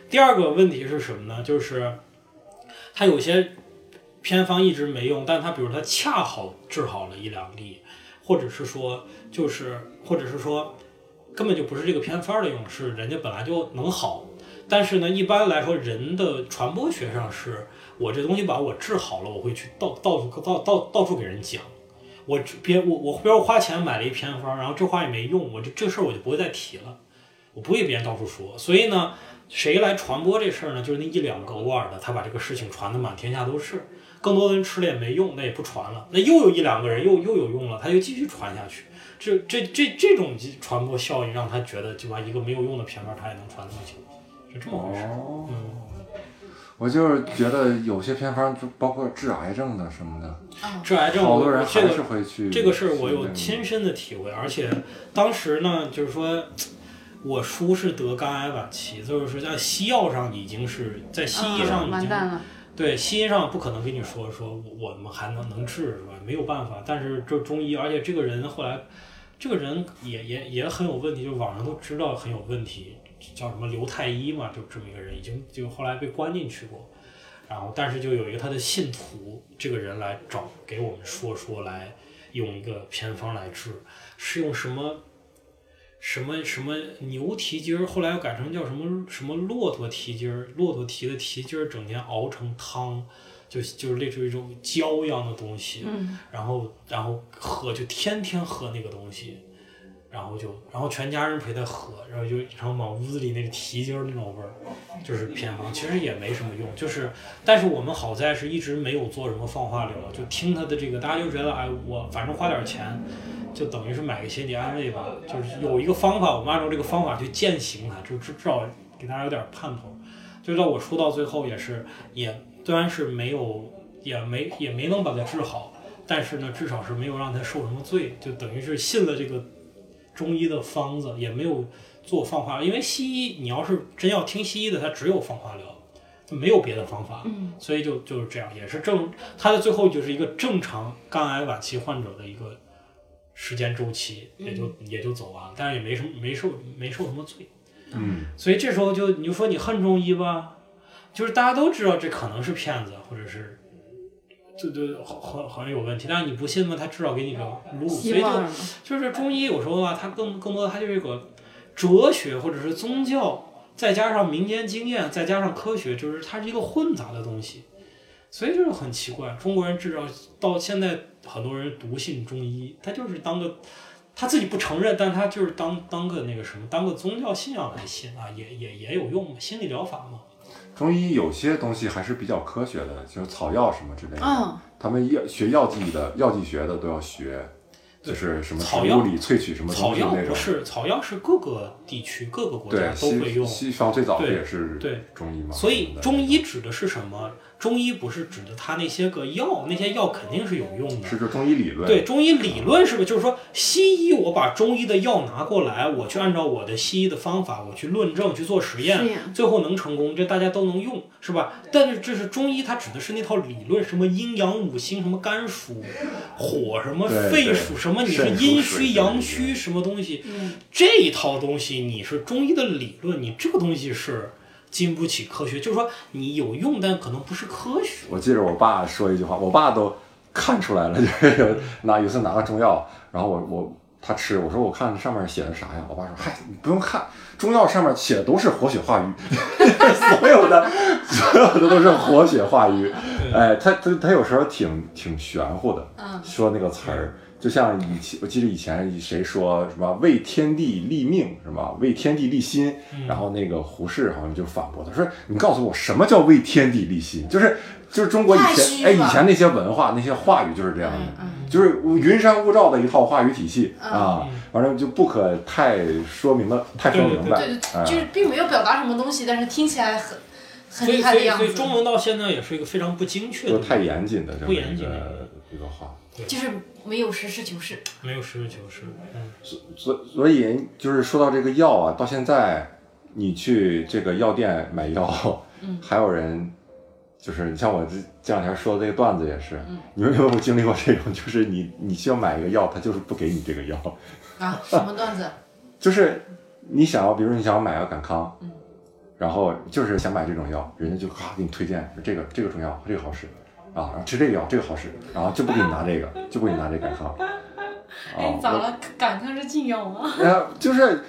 Speaker 2: 第二个问题是什么呢？就是它有些偏方一直没用，但它比如它恰好治好了一两例，或者是说就是或者是说。根本就不是这个偏方儿的用，是人家本来就能好。但是呢，一般来说，人的传播学上是，我这东西把我治好了，我会去到到处到到到处给人讲。我只别我我别人花钱买了一偏方儿，然后这话也没用，我这这事儿我就不会再提了，我不会别人到处说。所以呢，谁来传播这事儿呢？就是那一两个偶尔的，他把这个事情传得满天下都是。更多的人吃了也没用，那也不传了。那又有一两个人又又有用了，他就继续传下去。这这这这种传播效应让他觉得，就把一个没有用的偏方，他也能传那么久，是这么回事。
Speaker 1: 哦，
Speaker 2: 嗯，
Speaker 1: 我就是觉得有些偏方，就包括治癌症的什么的，
Speaker 2: 治癌症，
Speaker 1: 好
Speaker 2: 我
Speaker 1: 多人
Speaker 2: 这
Speaker 1: 还
Speaker 2: 个
Speaker 1: 是会去
Speaker 2: 这个事儿我
Speaker 1: 去
Speaker 2: 有
Speaker 1: 那
Speaker 2: 亲身的体会，而且当时呢，就是说，我叔是得肝癌晚期，就是说在西药上已经是在西医上已
Speaker 3: 啊完
Speaker 2: 经、
Speaker 3: 蛋了，
Speaker 2: 对西医上不可能跟你说说我我们还能能治是吧？没有办法，但是这中医，而且这个人后来，这个人也也也很有问题，就网上都知道很有问题，叫什么刘太医嘛，就这么一个人，已经就后来被关进去过。然后，但是就有一个他的信徒，这个人来找给我们说说来用一个偏方来治，是用什么什么什么牛蹄筋儿，后来又改成叫什么什么骆驼蹄筋儿，骆驼蹄的蹄筋儿整天熬成汤，就就是类似于一种胶一样的东西，
Speaker 3: 嗯
Speaker 2: 然后然后喝就天天喝那个东西，然后就然后全家人陪他喝，然后就然后往屋子里那个蹄筋儿那种味儿，就是偏方，其实也没什么用，就是但是我们好在是一直没有做什么放化疗，就听他的这个，大家就觉得哎我反正花点钱。就等于是买个心理安慰吧，就是有一个方法，我们按照这个方法去践行它，就至至少给大家有点盼头。就到我说到最后也是，也虽然是没有，也没也没能把它治好，但是呢，至少是没有让它受什么罪，就等于是信了这个中医的方子，也没有做放化疗。因为西医你要是真要听西医的，它只有放化疗，它没有别的方法。
Speaker 3: 嗯，
Speaker 2: 所以就就是这样，也是正他的最后就是一个正常肝癌晚期患者的一个时间周期，也就、也就走完了，但是也没什么没受没受什么罪，
Speaker 1: 嗯，
Speaker 2: 所以这时候就你就说你恨中医吧，就是大家都知道这可能是骗子，或者是。就就好好好像有问题，但是你不信吗？他至少给你个路，所以
Speaker 3: 希
Speaker 2: 就
Speaker 3: 望
Speaker 2: 就是中医有时候啊，它更更多的它就是一个哲学或者是宗教，再加上民间经验，再加上科学，就是它是一个混杂的东西，所以就是很奇怪。中国人至少到现在，很多人笃信中医，他就是当个他自己不承认，但他就是当当个那个什么，当个宗教信仰来信啊，也也也有用嘛，心理疗法嘛。
Speaker 1: 中医有些东西还是比较科学的，就是草药什么之类的。
Speaker 3: 嗯，
Speaker 1: 他们药学药剂的、药剂学的都要学，
Speaker 2: 对
Speaker 1: 就是什么
Speaker 2: 草
Speaker 1: 植
Speaker 2: 药
Speaker 1: 物里萃取什么
Speaker 2: 草
Speaker 1: 东西
Speaker 2: 药
Speaker 1: 那
Speaker 2: 不
Speaker 1: 种。
Speaker 2: 是草药，是各个地区各个国家
Speaker 1: 对，
Speaker 2: 都会
Speaker 1: 西
Speaker 2: 用。
Speaker 1: 西方最早不
Speaker 2: 对
Speaker 1: 也是
Speaker 2: 对
Speaker 1: 中医嘛？
Speaker 2: 所以
Speaker 1: 什么的
Speaker 2: 中医指的是什么？中医不是指的它那些个药，那些药肯定是有用的。
Speaker 1: 是就中医理论。
Speaker 2: 对，中医理论是不是就是说西医？我把中医的药拿过来，我去按照我的西医的方法，我去论证，去做实验，
Speaker 3: 是呀
Speaker 2: 最后能成功，这大家都能用，是吧？但是这是中医，它指的是那套理论，什么阴阳五行，什么肝属火，什么
Speaker 1: 对
Speaker 2: 肺
Speaker 1: 对
Speaker 2: 属什么，你是
Speaker 1: 肾属水
Speaker 2: 阴虚
Speaker 1: 对
Speaker 2: 阳
Speaker 1: 对
Speaker 2: 虚什么东西，
Speaker 3: 嗯
Speaker 2: 这一套东西你是中医的理论，你这个东西是经不起科学，就是说你有用，但可能不是科学。
Speaker 1: 我记着我爸说一句话，我爸都看出来了， 就是有拿有一次拿个中药，然后我我他吃，我说我看上面写的啥呀？我爸说，嗨，你不用看，中药上面写的都是活血化瘀， 所有的所有的都是活血化瘀。哎，他他他有时候挺挺玄乎的，
Speaker 4: 嗯
Speaker 1: 说那个词儿。就像以前，我记得以前谁说什么为天地立命，什么为天地立心，
Speaker 4: 嗯
Speaker 1: 然后那个胡适好像就反驳他说：“你告诉我什么叫为天地立心？就是就是中国以
Speaker 4: 太虚
Speaker 1: 前哎
Speaker 4: 了
Speaker 1: 以前那些文化那些话语就是这样的，
Speaker 4: 嗯
Speaker 1: 就是云山雾罩的一套话语体系、
Speaker 4: 嗯
Speaker 1: 啊，反正就不可太说明白，太说明白，
Speaker 4: 对对，
Speaker 1: 哎
Speaker 4: 就是并没有表达什么东西，但是听起来很很
Speaker 2: 所以
Speaker 4: 厉害
Speaker 2: 所
Speaker 4: 的
Speaker 2: 以
Speaker 4: 样
Speaker 2: 所
Speaker 4: 子
Speaker 2: 以。中文到现在也是一个非常不精确
Speaker 1: 都
Speaker 2: 的，
Speaker 1: 太严谨的这
Speaker 2: 不
Speaker 1: 么
Speaker 2: 严
Speaker 1: 一
Speaker 2: 谨的
Speaker 1: 个一个话。
Speaker 4: 就是没有实事求是。
Speaker 2: 没有实事求是。嗯，
Speaker 1: 所所以就是说到这个药啊，到现在你去这个药店买药，还有人就是你像我这这两天说的这个段子也是，你们有没有经历过这种？就是你你需要买一个药，他就是不给你这个药，
Speaker 4: 啊，什么段子？
Speaker 1: 就是你想要，比如说你想要买个感康，然后就是想买这种药，人家就咔给你推荐这个这个中药，这个好使啊，然后吃这个药这个好使，然后就不给你拿这个，就不给你拿这感康。啊，我
Speaker 3: 哎了？敢看是禁药吗？
Speaker 1: 呃，就是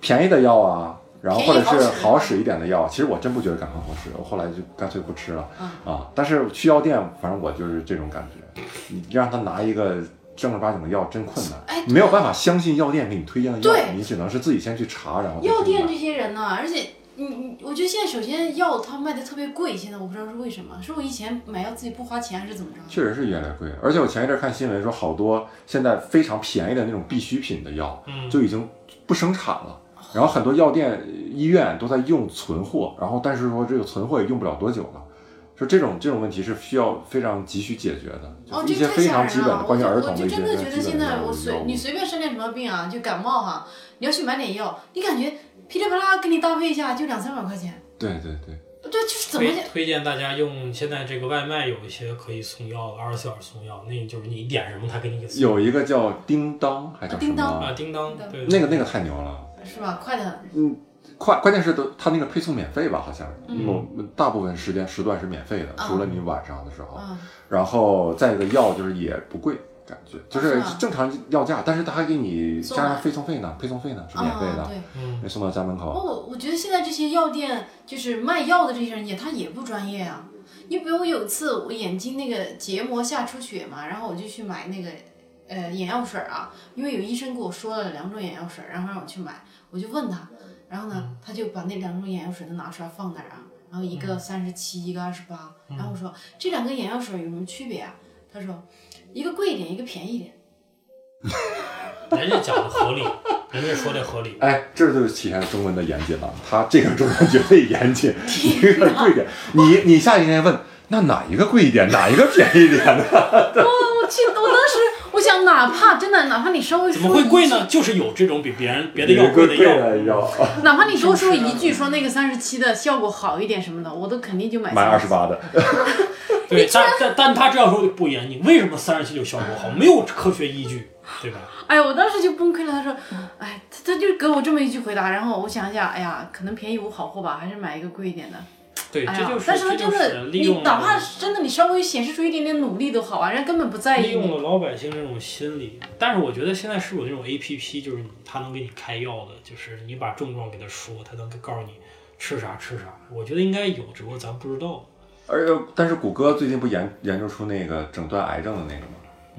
Speaker 1: 便宜的药啊，然后或者
Speaker 4: 便宜
Speaker 1: 是
Speaker 4: 好使
Speaker 1: 好使一点的药，其实我真不觉得感冒好使，我后来就干脆不吃了、
Speaker 4: 嗯
Speaker 1: 啊。但是去药店，反正我就是这种感觉，你让他拿一个正儿八经的药真困难，
Speaker 4: 哎
Speaker 1: 你没有办法相信药店给你推荐的药
Speaker 4: 对，
Speaker 1: 你只能是自己先去查，然后再去
Speaker 4: 药店
Speaker 1: 买
Speaker 4: 这些人呢、而且你你，我觉得现在首先药它卖的特别贵，现在我不知道是为什么，是我以前买药自己不花钱还是怎么着？
Speaker 1: 确实是越来越贵，而且我前一阵看新闻说，好多现在非常便宜的那种必需品的药，
Speaker 2: 嗯
Speaker 1: 就已经不生产了。然后很多药店、医院都在用存货，然后但是说这个存货也用不了多久了，就这种这种问题是需要非常急需解决的，
Speaker 4: 哦，
Speaker 1: 就
Speaker 4: 这
Speaker 1: 是一些
Speaker 4: 太
Speaker 1: 非
Speaker 4: 吓
Speaker 1: 常
Speaker 4: 人
Speaker 1: 基本
Speaker 4: 了
Speaker 1: 的！
Speaker 4: 我
Speaker 1: 关于
Speaker 4: 就
Speaker 1: 儿
Speaker 4: 我
Speaker 1: 童的
Speaker 4: 就
Speaker 1: 一些
Speaker 4: 真的觉得
Speaker 1: 基
Speaker 4: 现
Speaker 1: 本
Speaker 4: 在
Speaker 1: 的
Speaker 4: 我随
Speaker 1: 药物
Speaker 4: 你随便生点什么病啊，就感冒哈、你要去买点药，你感觉噼里啪啦给你搭配一下就两三百块钱，
Speaker 1: 对对对，
Speaker 4: 对，就是怎么
Speaker 2: 推推荐大家用现在这个外卖有一些可以送药的，二十四小时送药，那就是你点什么它给你给送。
Speaker 1: 有一个叫叮当还叫什
Speaker 4: 叮
Speaker 1: 么
Speaker 4: 当
Speaker 2: 啊，
Speaker 1: 啊？
Speaker 2: 叮当，
Speaker 3: 嗯
Speaker 2: 对，
Speaker 1: 那个那个太牛了，
Speaker 4: 是吧？快的很，
Speaker 1: 快关键是都它那个配送免费吧，好像某大部分时间时段是免费的，
Speaker 4: 啊
Speaker 1: 除了你晚上的时候。
Speaker 4: 嗯，
Speaker 1: 然后再一个药就是也不贵，感觉就是
Speaker 4: 是吗
Speaker 1: 正常药价，但是他还给你
Speaker 4: 送
Speaker 1: 加上
Speaker 4: 来
Speaker 1: 配送费呢，配送费呢是免费
Speaker 4: 啊，
Speaker 3: 哦
Speaker 1: 的，
Speaker 4: 对。
Speaker 2: 嗯，
Speaker 1: 那送到家门口。
Speaker 4: 哦，我我觉得现在这些药店就是卖药的这些人也他也不专业啊。你比如有一次我眼睛那个结膜下出血嘛，然后我就去买那个呃眼药水儿啊，因为有医生给我说了两种眼药水儿，然后让我去买，我就问他，然后
Speaker 3: 嗯
Speaker 4: 呢他就把那两种眼药水都拿出来放那儿啊，然后一
Speaker 3: 嗯
Speaker 4: 个三十七，一个二十八，然后我说这两个眼药水儿有什么区别啊？他说一个贵一点，一个便宜一点。
Speaker 2: 人家讲的合 理，人家说的合理。
Speaker 1: 哎，这就是体现中文的严谨了。他这个中文绝对严谨，一个贵一点。你你下一个应该问，那哪一个贵一点，哪一个便宜一点呢？
Speaker 3: 我去，我当时我想，哪怕真的，哪怕你稍微
Speaker 2: 怎
Speaker 3: 说
Speaker 2: 么会
Speaker 3: 一
Speaker 2: 贵
Speaker 3: 句？
Speaker 2: 呢？就是有这种比别人别的
Speaker 1: 一个
Speaker 2: 药贵
Speaker 1: 贵
Speaker 2: 的
Speaker 1: 的
Speaker 2: 药，
Speaker 1: 药，
Speaker 3: 哪怕你多说一句，说那个三十七的效果好一点什么的，我都肯定就买
Speaker 1: 买二十
Speaker 3: 37。
Speaker 1: 八的。
Speaker 2: 对，但但但他这样说就不严，你为什么三十七就效果好？没有科学依据，对吧？
Speaker 3: 哎呀，我当时就崩溃了。他说，哎，他他就给我这么一句回答，然后我想一下，哎呀，可能便宜无好货吧，还是买一个贵一点的。
Speaker 2: 对，
Speaker 3: 哎
Speaker 2: 这
Speaker 3: 呀
Speaker 2: 就，是
Speaker 3: 但是他
Speaker 2: 这
Speaker 3: 真
Speaker 2: 就
Speaker 3: 的，
Speaker 2: 是利
Speaker 3: 你
Speaker 2: 用
Speaker 3: 哪
Speaker 2: 了
Speaker 3: 怕是真的你稍微显示出一点点努力都好啊，人家根本不在
Speaker 2: 利
Speaker 3: 意
Speaker 2: 用了
Speaker 3: 你。
Speaker 2: 老百姓这种心理。但是我觉得现在是有那种 A P P，就是你他能给你开药的，就是你把症状给他说，他能告诉你吃啥吃啥。我觉得应该有，只不过咱不知道。
Speaker 1: 而但是谷歌最近不研研究出那个诊断癌症的那个吗？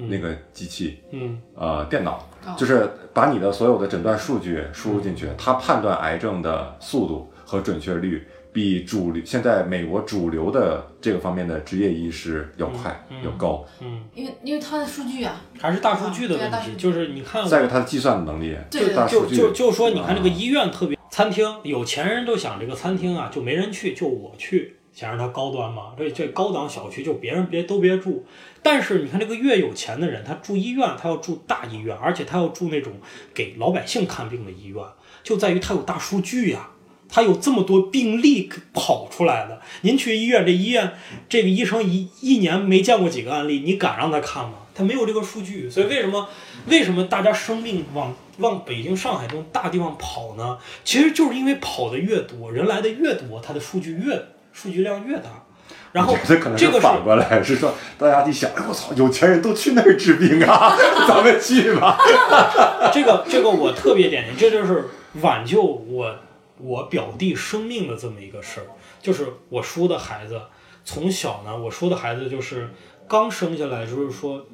Speaker 1: 那个机器，
Speaker 2: 嗯，
Speaker 1: 呃，电脑，就是把你的所有的诊断数据输入进去，它判断癌症的速度和准确率比主流现在美国主流的这个方面的职业医师要快、
Speaker 2: 嗯
Speaker 1: 要高。
Speaker 4: 因为因为他的数据啊，
Speaker 2: 还是大数据的
Speaker 4: 啊对啊
Speaker 2: 问
Speaker 4: 大
Speaker 2: 题，
Speaker 4: 数据
Speaker 2: 就是你看我
Speaker 1: 再一个，它的计算能力，
Speaker 4: 对对
Speaker 1: 大
Speaker 2: 就
Speaker 1: 数据，
Speaker 2: 就就说，你看这个
Speaker 1: 啊
Speaker 2: 医院特别，餐厅有钱人都想这个餐厅啊，就没人去，就我去，想让它高端嘛，这这高档小区就别人别都别住。但是你看这个越有钱的人，他住医院，他要住大医院，而且他要住那种给老百姓看病的医院，就在于他有大数据呀、他有这么多病例跑出来的，您去医院，这医院这个医生一一年没见过几个案例，你敢让他看吗？他没有这个数据，所以为什么为什么大家生病往往北京、上海这种大地方跑呢？其实就是因为跑的越多，人来的越多，它的数据越数据量越大，然后
Speaker 1: 这可能
Speaker 2: 这
Speaker 1: 是
Speaker 2: 个是
Speaker 1: 反过来，是说大家一想，哎我操，有钱人都去那儿治病啊， 咱们去吧。
Speaker 2: 这个这个我特别典型，这就是挽救我我表弟生命的这么一个事儿。就是我叔的孩子，从小呢，我叔的孩子就是刚生下来，就是说，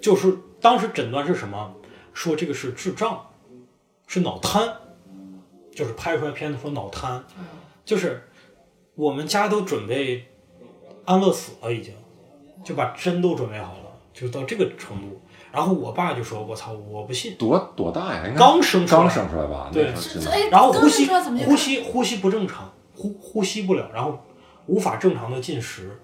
Speaker 2: 就是当时诊断是什么？说这个是智障，是脑瘫，就是拍出来片子说脑瘫，就是我们家都准备安乐死了，已经就把针都准备好了，就到这个程度。然后我爸就说：“我操，我不信。”
Speaker 1: 多多大呀？应该
Speaker 2: 刚生出来
Speaker 1: 刚生出来吧？
Speaker 2: 对
Speaker 1: 那时
Speaker 4: 这
Speaker 1: 候是
Speaker 4: 哎，
Speaker 2: 然后
Speaker 4: 刚
Speaker 2: 呼
Speaker 4: 才
Speaker 2: 吸
Speaker 4: 说怎么就
Speaker 2: 呼吸呼吸不正常，呼呼吸不了，然后无法正常的进食，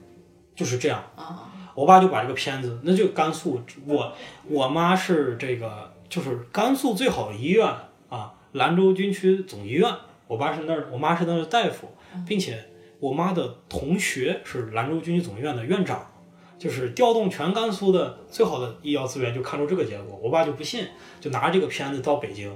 Speaker 2: 就是这样。
Speaker 4: 啊？
Speaker 2: 我爸就把这个片子，那就甘肃，我我妈是这个就是甘肃最好的医院啊，兰州军区总医院，我爸是那儿，我妈是那儿的大夫，
Speaker 4: 嗯
Speaker 2: 并且我妈的同学是兰州军区总医院的院长。就是调动全甘肃的最好的医疗资源，就看出这个结果。我爸就不信，就拿着这个片子到北京，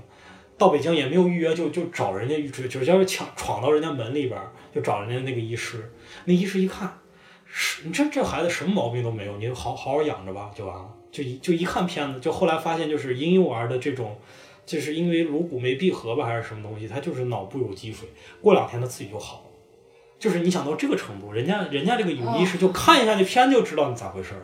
Speaker 2: 到北京也没有预约，就就找人家，就就要抢闯到人家门里边儿，就找人家那个医师。那医师一看，是你这这孩子什么毛病都没有，你就好好好养着吧，就完了。就一就一看片子，就后来发现就是婴幼儿的这种，就是因为颅骨没闭合吧，还是什么东西，他就是脑部有积水，过两天他自己就好了。就是你想到这个程度，人家人家这个有意识，就看一下这片子就知道你咋回事儿，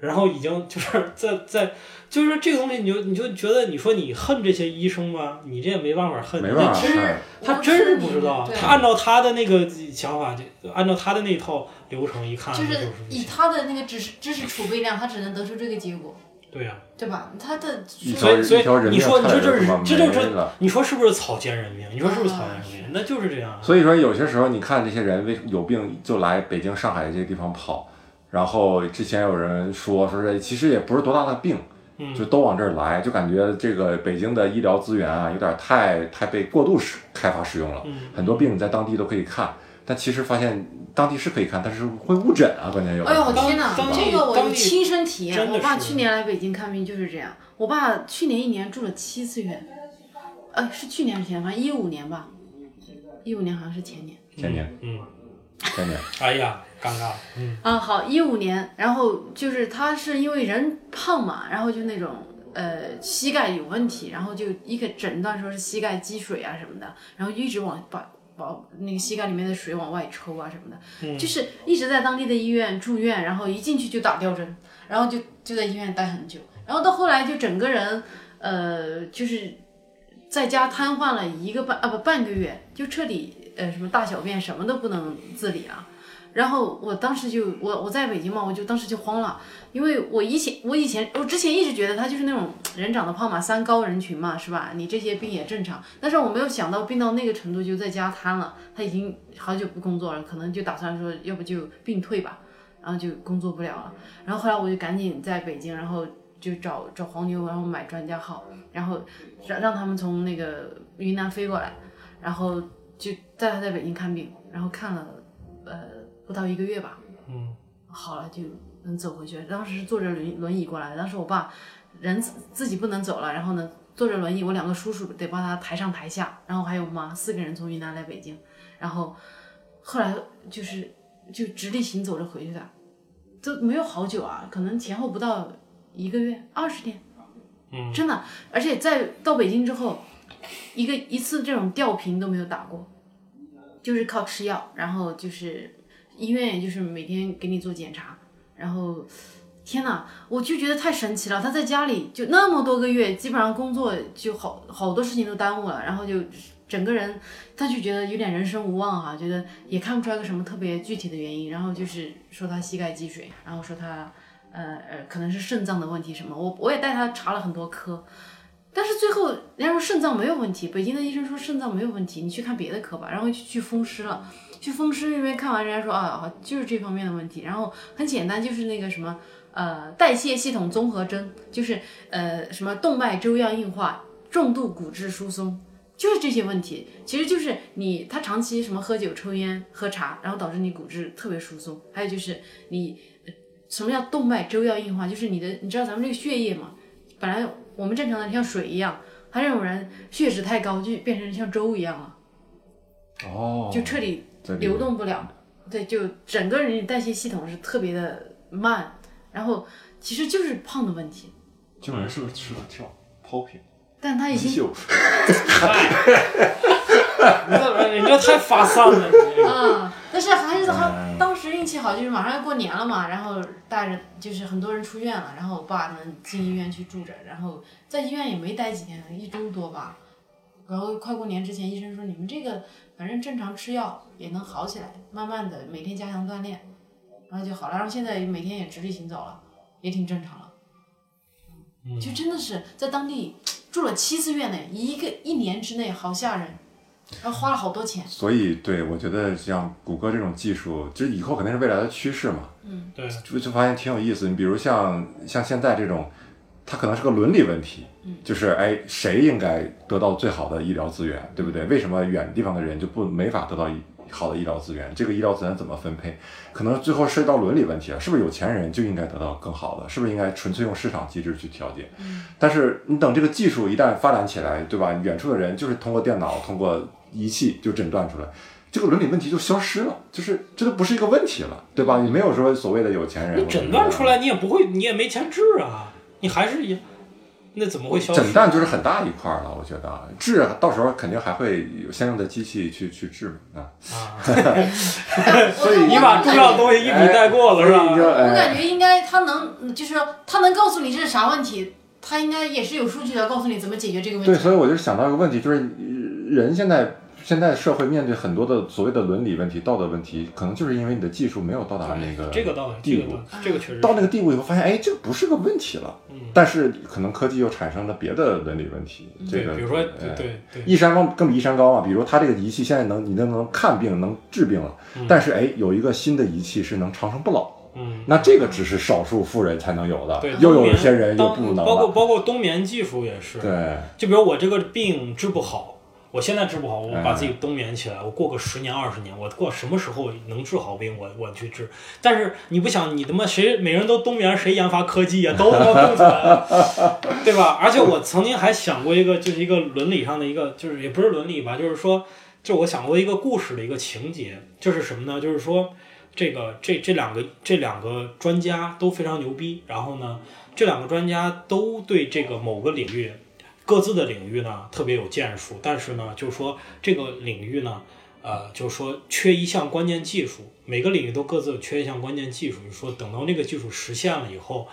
Speaker 2: 然后已经就是 在在就是说这个东西，你就你就觉得你说你恨这些医生吧，你这也没办法恨，
Speaker 1: 没办法
Speaker 2: 你这
Speaker 1: 看，
Speaker 2: 真是
Speaker 1: 哎
Speaker 2: 他真是不知道，
Speaker 4: 对
Speaker 2: 他按照他的那个想法，就按照他的那一套流程一看，
Speaker 4: 就
Speaker 2: 就是不
Speaker 4: 以
Speaker 2: 行
Speaker 4: 他的那个知识知识储备量，他只能得出这个结果。
Speaker 2: 对呀、
Speaker 4: 对吧？他的
Speaker 1: 一
Speaker 2: 所
Speaker 1: 条
Speaker 2: 以所
Speaker 1: 一条
Speaker 2: 以
Speaker 1: 人
Speaker 2: 你
Speaker 1: 命
Speaker 2: 说
Speaker 1: 差
Speaker 2: 你说
Speaker 1: 点
Speaker 2: 这
Speaker 1: 就是他妈
Speaker 2: 这就
Speaker 1: 没
Speaker 2: 是
Speaker 1: 了。
Speaker 2: 你说是不是草菅人命？你说是不是草菅人命？那就是这样。啊
Speaker 1: 所以说，有些时候你看这些人为有病就来北京、上海这些地方跑，然后之前有人说说这其实也不是多大的病，
Speaker 2: 嗯
Speaker 1: 就都往这儿来，就感觉这个北京的医疗资源啊，有点太太被过度使开发使用了，
Speaker 2: 嗯
Speaker 1: 很多病你在当地都可以看，但其实发现当地是可以看，但是会误诊啊，关键有的
Speaker 3: 哎
Speaker 1: 时
Speaker 3: 呦
Speaker 1: 候。
Speaker 3: 我天哪
Speaker 2: 当，
Speaker 3: 这个我
Speaker 2: 当
Speaker 3: 有
Speaker 2: 地
Speaker 3: 亲身体验。
Speaker 2: 真的
Speaker 3: 我爸
Speaker 2: 是
Speaker 3: 去年来北京看病就是这样，我爸去年一年住了七次院，呃，是去年还是前年，反正一五年吧，一五年好像是前年。
Speaker 1: 天天
Speaker 2: 嗯，
Speaker 1: 天天，
Speaker 2: 哎呀，尴尬了。嗯
Speaker 3: 啊，好，一五年，然后就是他是因为人胖嘛，然后就那种呃膝盖有问题，然后就一个诊断说是膝盖积水啊什么的，然后就一直往把把那个膝盖里面的水往外抽啊什么的，
Speaker 2: 嗯
Speaker 3: 就是一直在当地的医院住院，然后一进去就打吊针，然后就就在医院待很久，然后到后来就整个人呃就是在家瘫痪了一个半啊不半个月，就彻底呃什么大小便什么都不能自理啊了。然后我当时就我我在北京嘛，我就当时就慌了，因为我以前我以前我之前一直觉得他就是那种人长得胖嘛，三高人群嘛，是吧？你这些病也正常，但是我没有想到病到那个程度就在家瘫了，他已经好久不工作了，可能就打算说要不就病退吧，然后就工作不了了。然后后来我就赶紧在北京，然后就找找黄牛，然后买专家号，然后让让他们从那个云南飞过来，然后就带他在北京看病，然后看了呃不到一个月吧，
Speaker 2: 嗯，
Speaker 3: 好了就能走回去了。当时是坐着轮轮椅过来的，当时我爸人自自己不能走了，然后呢坐着轮椅，我两个叔叔得帮他抬上抬下，然后还有我妈，四个人从云南来北京，然后后来就是就直立行走着回去的，都没有好久啊，可能前后不到一个月，二十天，
Speaker 2: 嗯
Speaker 3: 真的，而且在到北京之后，一个一次这种吊瓶都没有打过，就是靠吃药，然后就是医院也就是每天给你做检查，然后天哪，我就觉得太神奇了。他在家里就那么多个月，基本上工作就好好多事情都耽误了，然后就整个人他就觉得有点人生无望哈、觉得也看不出来个什么特别具体的原因，然后就是说他膝盖积水，然后说他。呃呃，可能是肾脏的问题什么，我我也带他查了很多科，但是最后人家说肾脏没有问题，北京的医生说肾脏没有问题，你去看别的科吧，然后就去风湿了，去风湿那边看完，人家说啊就是这方面的问题，然后很简单，就是那个什么呃代谢系统综合征，就是呃什么动脉粥样硬化、重度骨质疏松。就是这些问题，其实就是你他长期什么喝酒、抽烟、喝茶，然后导致你骨质特别疏松。还有就是你呃什么叫动脉粥样硬化？就是你的，你知道咱们这个血液嘛，本来我们正常的像水一样，他这种人血脂太高，就变成像粥一样了，
Speaker 1: 哦，
Speaker 3: 就彻底
Speaker 1: 在里面
Speaker 3: 流动不了。对，就整个人的代谢系统是特别的慢，然后其实就是胖的问题，
Speaker 1: 这种人是不是适合跳 popping
Speaker 3: 但他已经
Speaker 1: 秀？
Speaker 2: 你这你这太发散了。你
Speaker 4: 嗯
Speaker 3: 啊，
Speaker 4: 但是还是
Speaker 2: 嗯
Speaker 4: 他当时运气好，就是马上要过年了嘛，然后大人就是很多人出院了，然后我爸呢进医院去住着，然后在医院也没待几天，一周多吧。然后快过年之前，医生说你们这个反正正常吃药也能好起来，慢慢的每天加强锻炼，然后就好了。然后现在每天也直立行走了，也挺正常了。
Speaker 2: 嗯
Speaker 4: 就真的是在当地住了七次院呢，一个一年之内好吓人，然后花了好多钱。
Speaker 1: 所以，对我觉得像谷歌这种技术，就是以后肯定是未来的趋势嘛，
Speaker 2: 对，
Speaker 1: 就就发现挺有意思。你比如像像现在这种，它可能是个伦理问题，
Speaker 2: 嗯
Speaker 1: 就是哎，谁应该得到最好的医疗资
Speaker 2: 嗯
Speaker 1: 源，对不对？为什么远地方的人就不没法得到一好的医疗资源？这个医疗资源怎么分配？可能最后涉及到伦理问题了，是不是有钱人就应该得到更好的？是不是应该纯粹用市场机制去调节？
Speaker 2: 嗯
Speaker 1: 但是你等这个技术一旦发展起来，对吧？远处的人就是通过电脑、通过仪器就诊断出来，这个伦理问题就消失了，就是这都不是一个问题了，对吧？你没有说所谓的有钱人，
Speaker 2: 你嗯诊断出来，你也不会，你也没钱治啊，你还是一，那怎么会消失？
Speaker 1: 诊断就是很大一块儿了，我觉得啊治到时候肯定还会有相应的机器去去治嘛啊。
Speaker 2: 啊，
Speaker 1: 所以
Speaker 2: 你把重要的东西一笔带过
Speaker 1: 所
Speaker 2: 了是
Speaker 1: 以你就
Speaker 2: 吧？
Speaker 4: 我感
Speaker 1: 哎，
Speaker 4: 觉应该他能，嗯就是他能告诉你这是啥问题，他应该也是有数据来告诉你怎么解决这个问
Speaker 1: 对，
Speaker 4: 题。
Speaker 1: 所以我就想到一个问题，就是呃人现在现在社会面对很多的所谓的伦理问题、道德问题，可能就是因为你的技术没有到达那个
Speaker 2: 这个倒是，
Speaker 1: 地
Speaker 2: 这
Speaker 1: 步
Speaker 2: 个倒是，这个确实
Speaker 1: 到
Speaker 2: 是。
Speaker 1: 那个地步以后，发现哎，这个不是个问题了。
Speaker 2: 嗯
Speaker 1: 但是可能科技又产生了别的伦理问题。这
Speaker 2: 嗯对
Speaker 1: 个，
Speaker 2: 比如说，
Speaker 1: 哎
Speaker 2: 对对对，
Speaker 1: 一山高更比一山高嘛。比如它这个仪器现在能你都能看病能治病了，但是哎，有一个新的仪器是能长生不老。
Speaker 2: 嗯，
Speaker 1: 那这个只是少数富人才能有的
Speaker 2: 对，，
Speaker 1: 啊又
Speaker 2: 冬
Speaker 1: 有
Speaker 2: 眠
Speaker 1: 些人又
Speaker 2: 当
Speaker 1: 不能
Speaker 2: 包括
Speaker 1: 了。
Speaker 2: 包括冬眠技术也是，
Speaker 1: 对，
Speaker 2: 就比如我这个病治不好，我现在治不好，我
Speaker 1: 嗯
Speaker 2: 把自己冬眠起来，我过个十年二十年，我过什么时候能治好病，我我去治。但是你不想，你他妈谁每人都冬眠，谁研发科技呀、都他妈蹦起来了， 对吧？而且我曾经还想过一个，就是一个伦理上的一个，就是也不是伦理吧，就是说，就我想过一个故事的一个情节，就是什么呢？就是说。这个这这两个这两个专家都非常牛逼，然后呢，这两个专家都对这个某个领域各自的领域呢特别有建树，但是呢，就是说这个领域呢，呃，就是说缺一项关键技术，每个领域都各自缺一项关键技术，就是说等到那个技术实现了以后，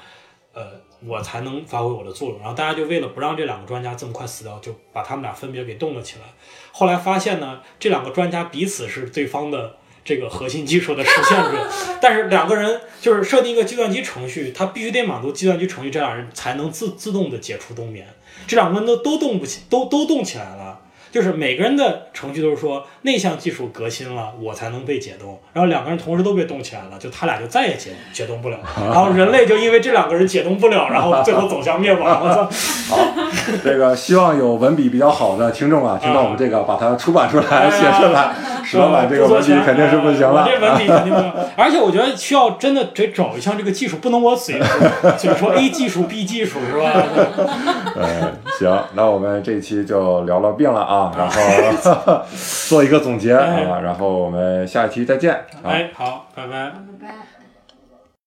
Speaker 2: 呃，我才能发挥我的作用。然后大家就为了不让这两个专家这么快死掉，就把他们俩分别给冻了起来。后来发现呢，这两个专家彼此是对方的。这个核心技术的实现者， 但是两个人就是设定一个计算机程序，他必须得满足计算机程序，这俩人才能自自动的解除冬眠。这两个人都都动不起，都都动起来了。就是每个人的程序都是说那项技术革新了，我才能被解冻。然后两个人同时都被冻起来了，就他俩就再也解解冻不了。然后人类就因为这两个人解冻不了，然后最后走向灭亡。我操！
Speaker 1: 这个希望有文笔比较好的听众啊，听到我们这个，把它出版出来，
Speaker 2: 嗯哎
Speaker 1: 写出来。石老板这个
Speaker 2: 不
Speaker 1: 文笔
Speaker 2: 做钱
Speaker 1: 肯定是不行
Speaker 2: 哎
Speaker 1: 了
Speaker 2: 我。这文笔肯定 不行。而且我觉得需要真的得找一项这个技术，不能我嘴说，就是说 A 技术 B 技术 是吧？
Speaker 1: 嗯，行，那我们这一期就聊聊病了啊，然 后
Speaker 2: 哎
Speaker 1: 做一个总结啊，然后我们下一期再见啊。
Speaker 2: 哎，好，拜拜。
Speaker 4: 拜拜。